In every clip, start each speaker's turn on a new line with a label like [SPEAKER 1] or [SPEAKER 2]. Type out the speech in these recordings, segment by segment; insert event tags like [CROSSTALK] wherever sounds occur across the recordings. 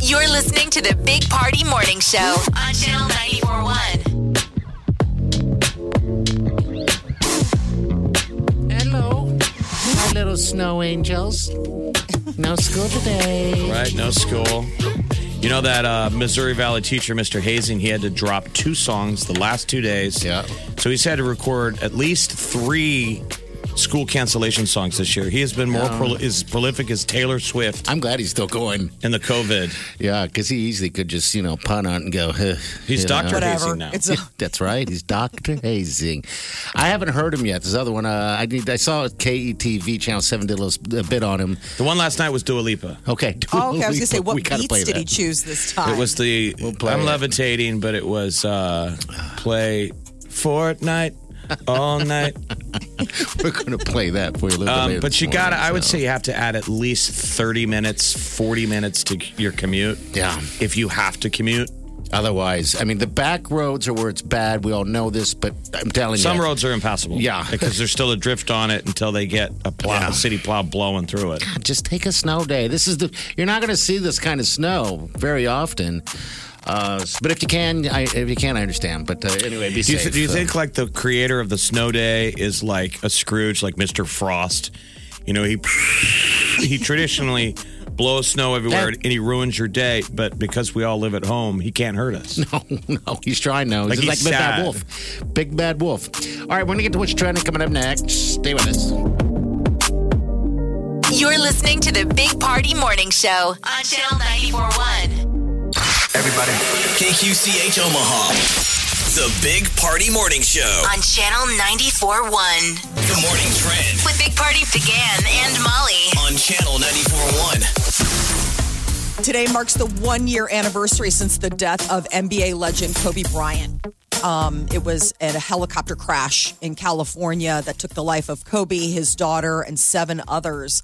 [SPEAKER 1] You're listening to the Big Party Morning Show on Channel 941.
[SPEAKER 2] Hello, my little snow angels. No school today.
[SPEAKER 3] Right, no school. You know that uh, Missouri Valley teacher, Mr. Hazing, he had to drop two songs the last two days.
[SPEAKER 2] Yeah.
[SPEAKER 3] So he's had to record at least three school cancellation songs this year. He has been more prol- as prolific as Taylor Swift
[SPEAKER 2] I'm glad he's still going.
[SPEAKER 3] in the COVID.
[SPEAKER 2] Yeah, because he easily could just, you know, pun on it and go, huh,
[SPEAKER 3] He's
[SPEAKER 2] you
[SPEAKER 3] Dr.
[SPEAKER 2] know.
[SPEAKER 3] Hazing now.
[SPEAKER 4] It's a,
[SPEAKER 2] That's right. He's Dr. Hazing. I haven't heard him yet. This other one, uh, I need. I saw KETV Channel 7 did a, little, a bit on him.
[SPEAKER 3] the one last night was Dua Lipa.
[SPEAKER 2] Okay. [LAUGHS]
[SPEAKER 4] oh, okay, I was
[SPEAKER 2] we-
[SPEAKER 4] gonna say, what
[SPEAKER 2] we gotta
[SPEAKER 4] beats
[SPEAKER 2] play
[SPEAKER 4] did
[SPEAKER 2] that.
[SPEAKER 4] he choose this time?
[SPEAKER 3] It was the
[SPEAKER 2] play
[SPEAKER 3] I'm
[SPEAKER 2] it.
[SPEAKER 3] levitating, but it was uh, play Fortnite all
[SPEAKER 2] [LAUGHS]
[SPEAKER 3] night.
[SPEAKER 2] We're going to play that for you a little bit
[SPEAKER 3] Um,
[SPEAKER 2] later
[SPEAKER 3] but
[SPEAKER 2] this
[SPEAKER 3] you got to,
[SPEAKER 2] morning,
[SPEAKER 3] I would
[SPEAKER 2] so.
[SPEAKER 3] say you have to add at least 30 minutes, 40 minutes to your commute.
[SPEAKER 2] Yeah.
[SPEAKER 3] If you have to commute,
[SPEAKER 2] Otherwise, I mean, the back roads are where it's bad. We all know this, but I'm telling
[SPEAKER 3] some
[SPEAKER 2] you.
[SPEAKER 3] roads are impassable.
[SPEAKER 2] Yeah.
[SPEAKER 3] Because there's still a drift on it until they get a plow,
[SPEAKER 2] Yeah.
[SPEAKER 3] a city plow blowing through it.
[SPEAKER 2] just take a snow day. This is the you're not going to see this kind of snow very often. Uh, but if you can, I, if you can, I understand. But uh, anyway, be
[SPEAKER 3] Do you,
[SPEAKER 2] safe.
[SPEAKER 3] do you
[SPEAKER 2] Uh,
[SPEAKER 3] think like the creator of the snow day is like a Scrooge, like Mr. Frost? You know, he he traditionally blows snow everywhere
[SPEAKER 2] That-
[SPEAKER 3] and he ruins your day, but because we all live at home, he can't hurt us.
[SPEAKER 2] [LAUGHS] no, he's trying now.
[SPEAKER 3] Like
[SPEAKER 2] He's like
[SPEAKER 3] he's
[SPEAKER 2] Big Bad
[SPEAKER 3] sad.
[SPEAKER 2] Wolf. Big Bad Wolf. All right, we're going to get to what's trending coming up next. Stay with us.
[SPEAKER 1] You're listening to the Big Party Morning Show on Channel 941.
[SPEAKER 5] Everybody.
[SPEAKER 6] KQCH Omaha. The Big Party Morning Show.
[SPEAKER 1] On Channel 941.
[SPEAKER 6] The morning trend
[SPEAKER 1] With Big Party began and Molly.
[SPEAKER 6] on Channel 94.1.
[SPEAKER 4] Today marks the one year anniversary since the death of NBA legend Kobe Bryant. Um, it was at a helicopter crash in California that took the life of Kobe, his daughter, and seven others.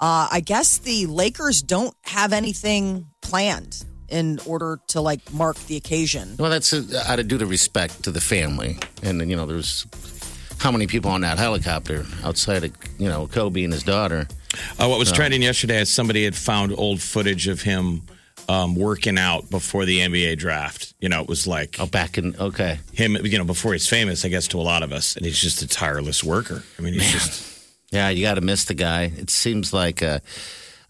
[SPEAKER 4] Uh, I guess the Lakers don't have anything planned in order to like mark the occasion.
[SPEAKER 2] Well, that's uh, out of due to respect to the family, and you know, there's how many people on that helicopter outside of you know Kobe and his daughter.
[SPEAKER 3] Uh, what was trending yesterday is somebody had found old footage of him um, working out before the NBA draft. You know, it was like
[SPEAKER 2] Oh, back in okay.
[SPEAKER 3] him, you know, before he's famous, I guess, to a lot of us. And he's just a tireless worker. I mean, he's just,
[SPEAKER 2] Yeah, you got to miss the guy. It seems like, uh,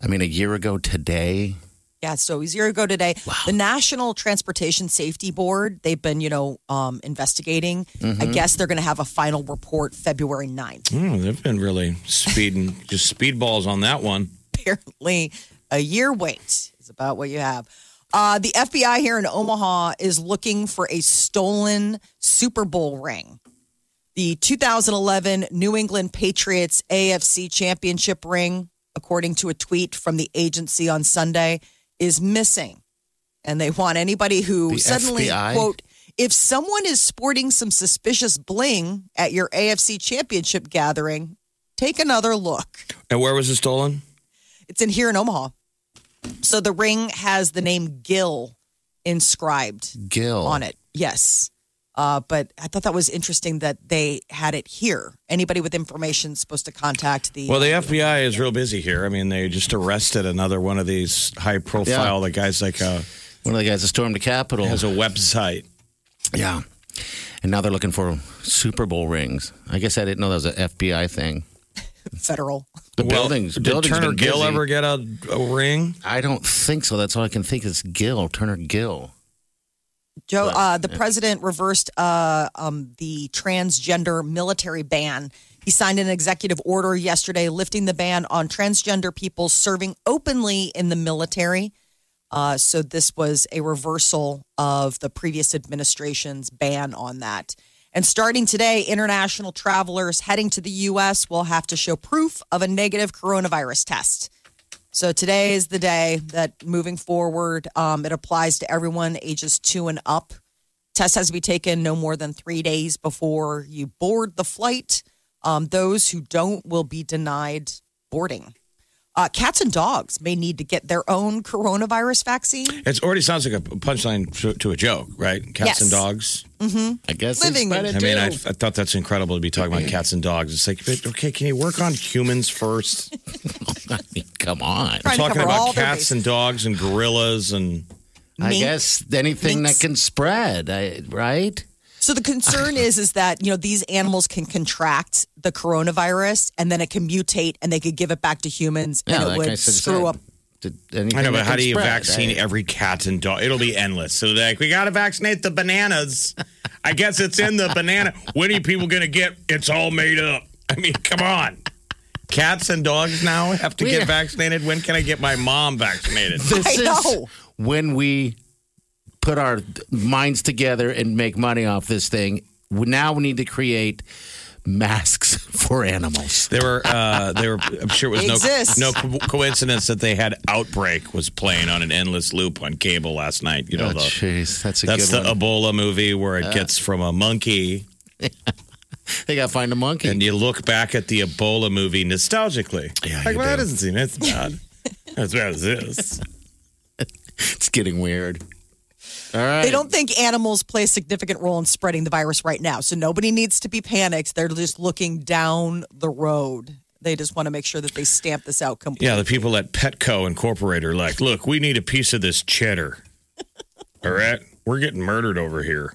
[SPEAKER 2] I mean, a year ago today.
[SPEAKER 4] Yeah, so a year ago today, the National Transportation Safety Board, they've been, you know, um, investigating. I guess they're going to have a final report February 9th.
[SPEAKER 3] Hmm, they've been really speeding, just speedballs on that one.
[SPEAKER 4] Apparently, a year wait is about what you have. Uh, the FBI here in Omaha is looking for a stolen Super Bowl ring. The 2011 New England Patriots AFC Championship ring, according to a tweet from the agency on Sunday, is missing. And they want anybody who
[SPEAKER 2] The
[SPEAKER 4] suddenly,
[SPEAKER 2] FBI?
[SPEAKER 4] quote, if someone is sporting some suspicious bling at your AFC Championship gathering, take another look.
[SPEAKER 3] And where was it stolen?
[SPEAKER 4] It's in here in Omaha. So the ring has the name Gill inscribed
[SPEAKER 2] Gil
[SPEAKER 4] on it. Yes. Uh, but I thought that was interesting that they had it here. Anybody with information is supposed to contact the.
[SPEAKER 3] Well, the FBI is real busy here. I mean, they just arrested another one of these high profile, the guy's like a,
[SPEAKER 2] One of the guys that stormed the Capitol.
[SPEAKER 3] has a website.
[SPEAKER 2] yeah, and now they're looking for Super Bowl rings. I guess I didn't know that was an FBI thing.
[SPEAKER 4] federal.
[SPEAKER 2] The
[SPEAKER 3] Well,
[SPEAKER 2] buildings.
[SPEAKER 3] Did
[SPEAKER 2] buildings
[SPEAKER 3] Turner
[SPEAKER 2] been
[SPEAKER 3] Gill
[SPEAKER 2] busy.
[SPEAKER 3] ever get a, a ring?
[SPEAKER 2] I don't think so. That's all I can think is Gill Turner Gill.
[SPEAKER 4] Joe, uh, the president reversed uh, um, the transgender military ban. He signed an executive order yesterday lifting the ban on transgender people serving openly in the military. Uh, so this was a reversal of the previous administration's ban on that. And And starting today, international travelers heading to the U.S. will have to show proof of a negative coronavirus test. So today is the day that moving forward, um, it applies to everyone ages two and up. Test has to be taken no more than three days before you board the flight. Um, those who don't will be denied boarding. Uh, cats and dogs may need to get their own coronavirus vaccine.
[SPEAKER 3] It already sounds like a punchline to, to a joke, right? Cats
[SPEAKER 4] Yes.
[SPEAKER 3] and dogs.
[SPEAKER 2] I guess
[SPEAKER 4] Living
[SPEAKER 2] it's
[SPEAKER 4] with
[SPEAKER 3] I mean, I, I thought that's incredible to be talking about cats and dogs. It's like, but, okay, can you work on humans first?
[SPEAKER 2] [LAUGHS] come on.
[SPEAKER 4] Trying to
[SPEAKER 3] talking
[SPEAKER 4] cover all
[SPEAKER 3] about
[SPEAKER 4] their
[SPEAKER 3] cats and dogs and gorillas and
[SPEAKER 2] I
[SPEAKER 4] Mink.
[SPEAKER 2] guess anything
[SPEAKER 4] Minks.
[SPEAKER 2] that can spread, I, right?
[SPEAKER 4] So the concern is is that you know these animals can contract the coronavirus and then it can mutate and they could give it back to humans and it
[SPEAKER 2] like
[SPEAKER 4] would
[SPEAKER 2] I said,
[SPEAKER 4] screw up.
[SPEAKER 2] did anything
[SPEAKER 3] I know, but
[SPEAKER 2] that
[SPEAKER 3] how
[SPEAKER 2] can
[SPEAKER 3] do you
[SPEAKER 2] spread,
[SPEAKER 3] vaccine
[SPEAKER 2] right?
[SPEAKER 3] every cat and dog? It'll be endless. So they're like, we got to vaccinate the bananas. I guess it's in the banana. When are people going to get? It's all made up. I mean, come on. Cats and dogs now have to
[SPEAKER 2] We-
[SPEAKER 3] get vaccinated. When can I get my mom vaccinated?
[SPEAKER 2] [LAUGHS] This
[SPEAKER 4] I
[SPEAKER 2] is
[SPEAKER 4] know.
[SPEAKER 2] when we put our minds together and make money off this thing. We- Now we need to create masks [LAUGHS] for animals.
[SPEAKER 3] There were, uh, there were. I'm sure it was
[SPEAKER 4] It
[SPEAKER 3] no
[SPEAKER 4] exists.
[SPEAKER 3] no co- coincidence that they had outbreak was playing on an endless loop on cable last night. You know,
[SPEAKER 2] Oh,
[SPEAKER 3] the,
[SPEAKER 2] jeez, that's a
[SPEAKER 3] that's the um,
[SPEAKER 2] good one.
[SPEAKER 3] Ebola movie where it gets from a monkey
[SPEAKER 2] they got to find a monkey.
[SPEAKER 3] and you look back at the Ebola movie nostalgically.
[SPEAKER 2] Yeah,
[SPEAKER 3] like,
[SPEAKER 2] you
[SPEAKER 3] well, that
[SPEAKER 2] do.
[SPEAKER 3] doesn't seem as bad. as bad as this.
[SPEAKER 2] it's getting weird. All right.
[SPEAKER 4] They don't think animals play a significant role in spreading the virus right now, so nobody needs to be panicked. They're just looking down the road. They just want to make sure that they stamp this out completely.
[SPEAKER 3] Yeah, the people at Petco Incorporated are like, look, we need a piece of this cheddar. All right, we're getting murdered over here.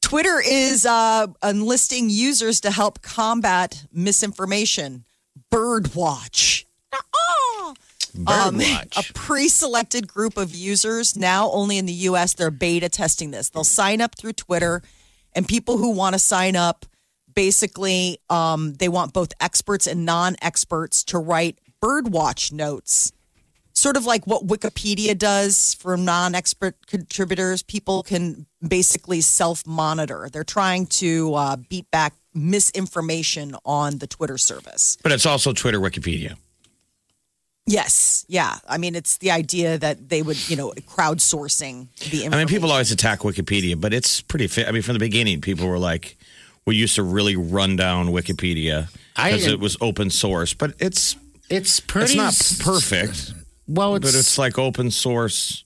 [SPEAKER 4] Twitter is uh, enlisting users to help combat misinformation. Birdwatch. Ah!
[SPEAKER 2] Birdwatch.
[SPEAKER 4] a pre-selected group of users now only in the US they're beta testing this. They'll sign up through Twitter and people who want to sign up basically um, they want both experts and non-experts to write birdwatch notes. Sort of like what Wikipedia does for non-expert contributors, people can basically self-monitor. They're trying to uh, beat back misinformation on the Twitter service.
[SPEAKER 3] But it's also Twitter Wikipedia.
[SPEAKER 4] Yes. Yeah. I mean, it's the idea that they would, you know, crowdsourcing the information.
[SPEAKER 3] I mean, people always attack Wikipedia, but it's pretty. Fa- I mean, from the beginning, people were like, "We used to really run down Wikipedia
[SPEAKER 2] I
[SPEAKER 3] because
[SPEAKER 2] am-
[SPEAKER 3] it was open source." But it's
[SPEAKER 2] It's pretty.
[SPEAKER 3] it's not
[SPEAKER 2] s-
[SPEAKER 3] perfect,
[SPEAKER 2] Well, it's.
[SPEAKER 3] but it's like open source,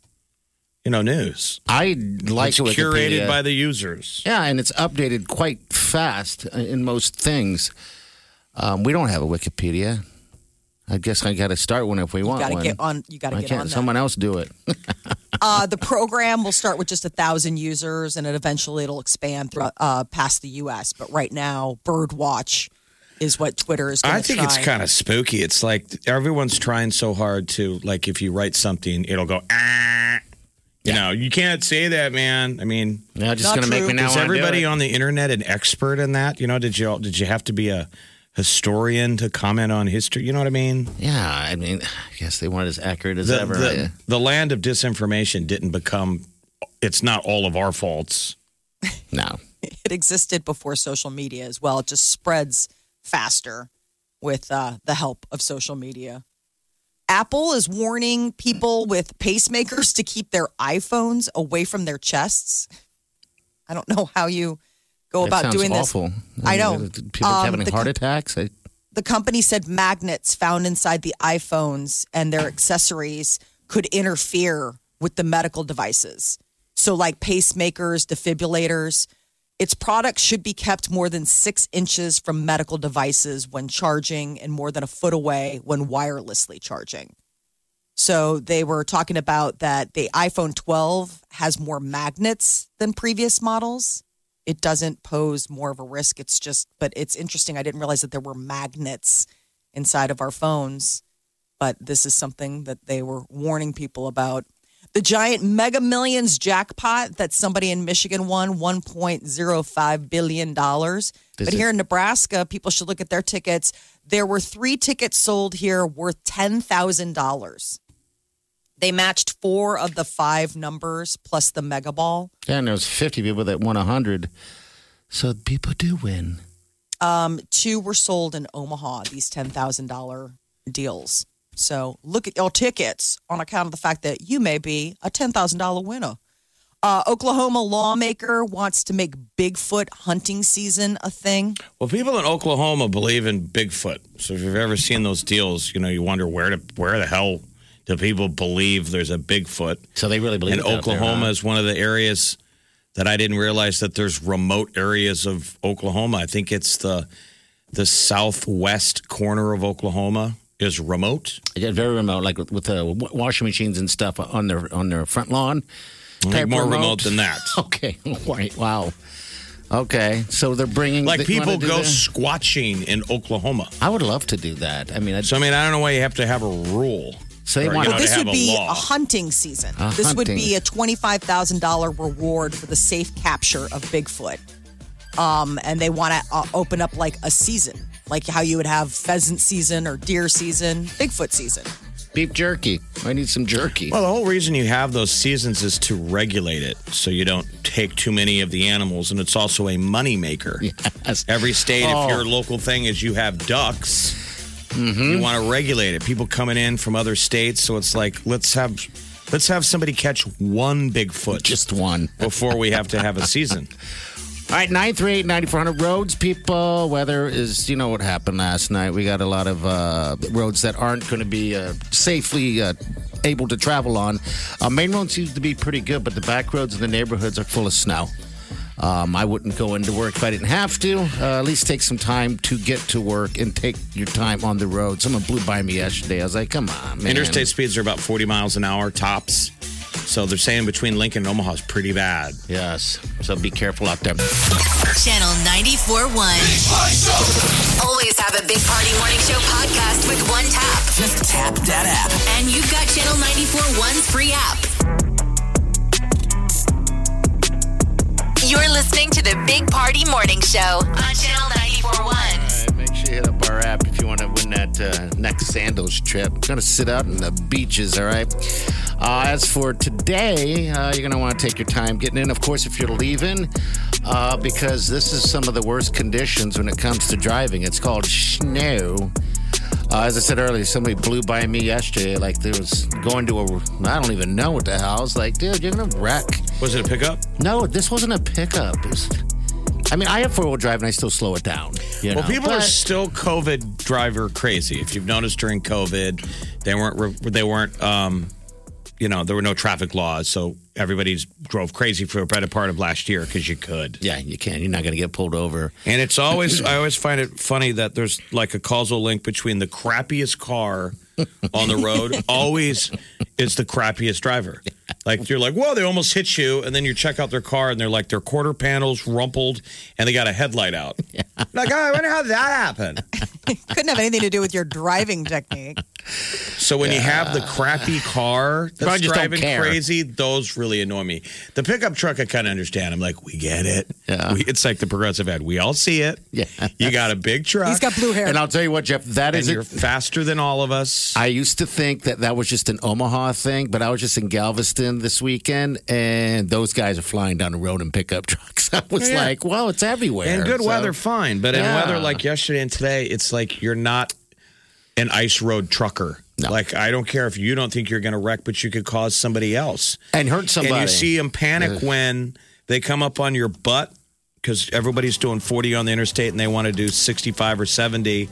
[SPEAKER 3] you know, news.
[SPEAKER 2] I like
[SPEAKER 3] it's
[SPEAKER 2] Wikipedia.
[SPEAKER 3] curated by the users.
[SPEAKER 2] Yeah, and it's updated quite fast uh, in most things. Um, we don't have a Wikipedia. I guess I got to start one if we want
[SPEAKER 4] you gotta
[SPEAKER 2] one.
[SPEAKER 4] get on. You gotta
[SPEAKER 2] I
[SPEAKER 4] get on
[SPEAKER 2] can't.
[SPEAKER 4] that.
[SPEAKER 2] Someone else do it.
[SPEAKER 4] uh, the program will start with just a thousand users, and it eventually it'll expand through, uh, past the U.S. But right now, Birdwatch is what Twitter is. Gonna
[SPEAKER 3] I think
[SPEAKER 4] try.
[SPEAKER 3] it's kind of spooky. It's like everyone's trying so hard to like if you write something, it'll go ah. You know, you can't say that, man. I mean,
[SPEAKER 2] Yeah, just
[SPEAKER 4] Not
[SPEAKER 2] gonna make
[SPEAKER 4] true.
[SPEAKER 2] me now.
[SPEAKER 3] is
[SPEAKER 2] wanna do
[SPEAKER 3] everybody
[SPEAKER 2] it.
[SPEAKER 3] on the internet an expert in that? You know, did you all did you have to be a historian to comment on history? You know what I mean?
[SPEAKER 2] Yeah, I mean, [SIGHS] I guess they weren't as accurate as
[SPEAKER 3] The,
[SPEAKER 2] ever.
[SPEAKER 3] the, the land of disinformation didn't become. It's not all of our faults.
[SPEAKER 2] no,
[SPEAKER 4] it existed before social media as well. It just spreads faster with uh, the help of social media. Apple is warning people with pacemakers to keep their iPhones away from their chests. I don't know how you go
[SPEAKER 2] that
[SPEAKER 4] about
[SPEAKER 2] sounds
[SPEAKER 4] doing this.
[SPEAKER 2] awful.
[SPEAKER 4] I know.
[SPEAKER 2] people
[SPEAKER 4] Um,
[SPEAKER 2] having
[SPEAKER 4] the
[SPEAKER 2] heart
[SPEAKER 4] co-
[SPEAKER 2] attacks. I,
[SPEAKER 4] The company said magnets found inside the iPhones and their accessories could interfere with the medical devices. So, like pacemakers, defibrillators, its products should be kept more than six inches from medical devices when charging and more than a foot away when wirelessly charging. So, they were talking about that the iPhone 12 has more magnets than previous models it doesn't pose more of a risk. It's just, but it's interesting. I didn't realize that there were magnets inside of our phones, but this is something that they were warning people about. The giant mega millions jackpot that somebody in Michigan won $1.05 billion. but
[SPEAKER 2] it-
[SPEAKER 4] here in Nebraska, people should look at their tickets. There were three tickets sold here worth $10,000. They matched four of the five numbers plus the mega ball.
[SPEAKER 2] yeah, and there was fifty people that won hundred. So people do win.
[SPEAKER 4] Um, two were sold in Omaha, these $10,000 deals. So look at your tickets on account of the fact that you may be a $10,000 winner. Uh, Oklahoma lawmaker wants to make Bigfoot hunting season a thing.
[SPEAKER 3] Well, people in Oklahoma believe in Bigfoot. So if you've ever seen those deals, you know you wonder where to where the hell do people believe there's a Bigfoot?
[SPEAKER 2] So they really believe
[SPEAKER 3] And
[SPEAKER 2] it out there,
[SPEAKER 3] Oklahoma
[SPEAKER 2] huh?
[SPEAKER 3] is one of the areas that I didn't realize that there's remote areas of Oklahoma. I think it's the the southwest corner of Oklahoma is remote.
[SPEAKER 2] Yeah, very remote, like with with the w- washing machines and stuff on their on their front lawn. Type
[SPEAKER 3] more remote than that.
[SPEAKER 2] [LAUGHS] Okay, Right. wow. Okay, so they're bringing
[SPEAKER 3] Like
[SPEAKER 2] they
[SPEAKER 3] people
[SPEAKER 2] wanna do
[SPEAKER 3] go
[SPEAKER 2] that?
[SPEAKER 3] squatching in Oklahoma.
[SPEAKER 2] I would love to do that. I mean, I'd,
[SPEAKER 3] So I mean, I don't know why you have to have a rule.
[SPEAKER 2] So they
[SPEAKER 3] Or,
[SPEAKER 2] want-
[SPEAKER 3] you
[SPEAKER 2] Well,
[SPEAKER 4] Well,
[SPEAKER 3] know, to
[SPEAKER 4] this
[SPEAKER 3] have
[SPEAKER 4] would be
[SPEAKER 3] law.
[SPEAKER 4] a hunting season.
[SPEAKER 2] A
[SPEAKER 4] this would
[SPEAKER 2] hunting.
[SPEAKER 4] be a $25,000 reward for the safe capture of Bigfoot. Um, and they want to uh, open up like a season, like how you would have pheasant season or deer season, Bigfoot season.
[SPEAKER 2] beef jerky. I need some jerky.
[SPEAKER 3] Well, the whole reason you have those seasons is to regulate it so you don't take too many of the animals. And it's also a moneymaker.
[SPEAKER 2] Yes.
[SPEAKER 3] Every state,
[SPEAKER 2] Oh. Mm-hmm.
[SPEAKER 3] if your local thing is you have ducks, you want to regulate it. People coming in from other states. So it's like, let's have. Let's have somebody catch one
[SPEAKER 2] [LAUGHS]
[SPEAKER 3] Bigfoot
[SPEAKER 2] Just one.
[SPEAKER 3] before we have to have a season.
[SPEAKER 2] All right, 938 9400 roads, people. Weather is, you know what happened last night. We got a lot of uh, roads that aren't going to be uh, safely uh, able to travel on. Uh, main road seems to be pretty good, but the back roads in the neighborhoods are full of snow. Um, I wouldn't go into work if I didn't have to. Uh, at least take some time to get to work and take your time on the road. Someone blew by me yesterday. I was like, come on, [LAUGHS] man.
[SPEAKER 3] Interstate speeds are about 40 miles an hour tops. So they're saying between Lincoln and Omaha is pretty bad.
[SPEAKER 2] Yes. So be careful out there.
[SPEAKER 1] Channel 94.1. Always have a Big Party Morning Show podcast with one tap. Just tap that app. And you've got Channel 94.1's free app. You're listening to the Big Party Morning Show on Channel 94.1.
[SPEAKER 2] All right, Make sure you hit up our app if you want to win that uh, next sandals trip. Gonna sit out in the beaches, all right? Uh, as for today, uh, you're gonna want to take your time getting in. Of course, if you're leaving, uh, because this is some of the worst conditions when it comes to driving. It's called snow. Uh, as I said earlier, somebody blew by me yesterday. Like there was going to a, I don't even know what the hell. I was like, dude, you're gonna wreck.
[SPEAKER 3] Was it a pickup?
[SPEAKER 2] No, this wasn't a pickup. It was- I mean, I have four wheel drive and I still slow it down. you
[SPEAKER 3] Well,
[SPEAKER 2] know,
[SPEAKER 3] people are
[SPEAKER 2] but-
[SPEAKER 3] still COVID driver crazy. If you've noticed during COVID, they weren't re- they weren't um, you know there were no traffic laws, so everybody's drove crazy for a better part of last year because you could.
[SPEAKER 2] Yeah, you can. You're not going to get pulled over. [LAUGHS]
[SPEAKER 3] And it's always I always find it funny that there's like a causal link between the crappiest car on the road
[SPEAKER 2] [LAUGHS]
[SPEAKER 3] always is the crappiest driver. Like you're like, whoa, they almost hit you, and then you check out their car and they're like their quarter panels rumpled and they got a
[SPEAKER 2] [LAUGHS]
[SPEAKER 3] headlight out. Like, oh, I wonder how that happened.
[SPEAKER 4] Couldn't have anything to do with your driving technique.
[SPEAKER 3] So when you have the crappy
[SPEAKER 2] [LAUGHS]
[SPEAKER 3] car
[SPEAKER 2] Probably
[SPEAKER 3] that's
[SPEAKER 2] just don't
[SPEAKER 3] driving
[SPEAKER 2] care.
[SPEAKER 3] crazy, those really annoy me. The pickup truck, I kind of understand. I'm like, we get it.
[SPEAKER 2] Yeah.
[SPEAKER 3] We, it's like the progressive ad. We all see it.
[SPEAKER 2] Yeah.
[SPEAKER 3] You got a big
[SPEAKER 4] [LAUGHS]
[SPEAKER 3] truck.
[SPEAKER 4] He's got blue hair.
[SPEAKER 2] And I'll tell you what, Jeff, that
[SPEAKER 3] and
[SPEAKER 2] is
[SPEAKER 3] you're
[SPEAKER 2] it.
[SPEAKER 3] faster than all of us.
[SPEAKER 2] I used to think that that was just an Omaha thing, but I was just in Galveston this weekend, and those guys are flying down the road in pickup [LAUGHS] trucks. I was
[SPEAKER 3] Yeah.
[SPEAKER 2] like, "Whoa, it's everywhere!"
[SPEAKER 3] and good
[SPEAKER 2] So-
[SPEAKER 3] weather, fine. But in
[SPEAKER 2] Yeah.
[SPEAKER 3] weather like yesterday and today, it's like you're not an ice road trucker.
[SPEAKER 2] No.
[SPEAKER 3] Like I don't care if you don't think you're going to wreck, but you could cause somebody else.
[SPEAKER 2] and hurt somebody.
[SPEAKER 3] And you see them panic when they come up on your butt because everybody's doing 40 on the interstate and they want to do 65 or 70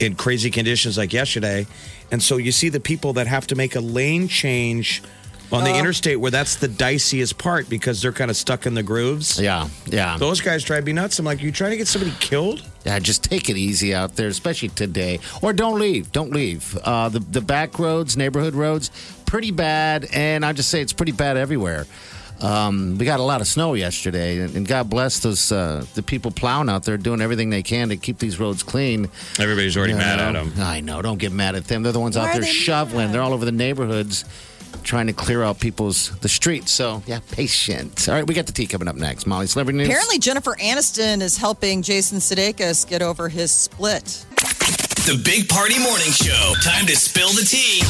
[SPEAKER 3] in crazy conditions like yesterday. And so you see the people that have to make a lane change on the interstate where that's the diciest part because they're kind of stuck in the grooves.
[SPEAKER 2] yeah, yeah.
[SPEAKER 3] Those guys drive me nuts. I'm like, you trying to get somebody killed?
[SPEAKER 2] Yeah, just take it easy out there, especially today. Or don't leave. Don't leave. Uh, the the back roads, neighborhood roads, pretty bad. And I just say it's pretty bad everywhere. Um, we got a lot of snow yesterday, and, and God bless those uh, the people plowing out there, doing everything they can to keep these roads clean.
[SPEAKER 3] Everybody's already
[SPEAKER 2] You
[SPEAKER 3] mad at
[SPEAKER 2] know?
[SPEAKER 3] them.
[SPEAKER 2] I know. Don't get mad at them. They're the ones
[SPEAKER 4] Why
[SPEAKER 2] out
[SPEAKER 4] are
[SPEAKER 2] there
[SPEAKER 4] they
[SPEAKER 2] shoveling. They're all over the neighborhoods, trying to clear out people's the streets. So yeah, patient. All right, we got the tea coming up next. Molly, celebrity news.
[SPEAKER 4] Apparently, Jennifer Aniston is helping Jason Sudeikis get over his split.
[SPEAKER 6] The Big Party Morning Show. Time to spill the tea.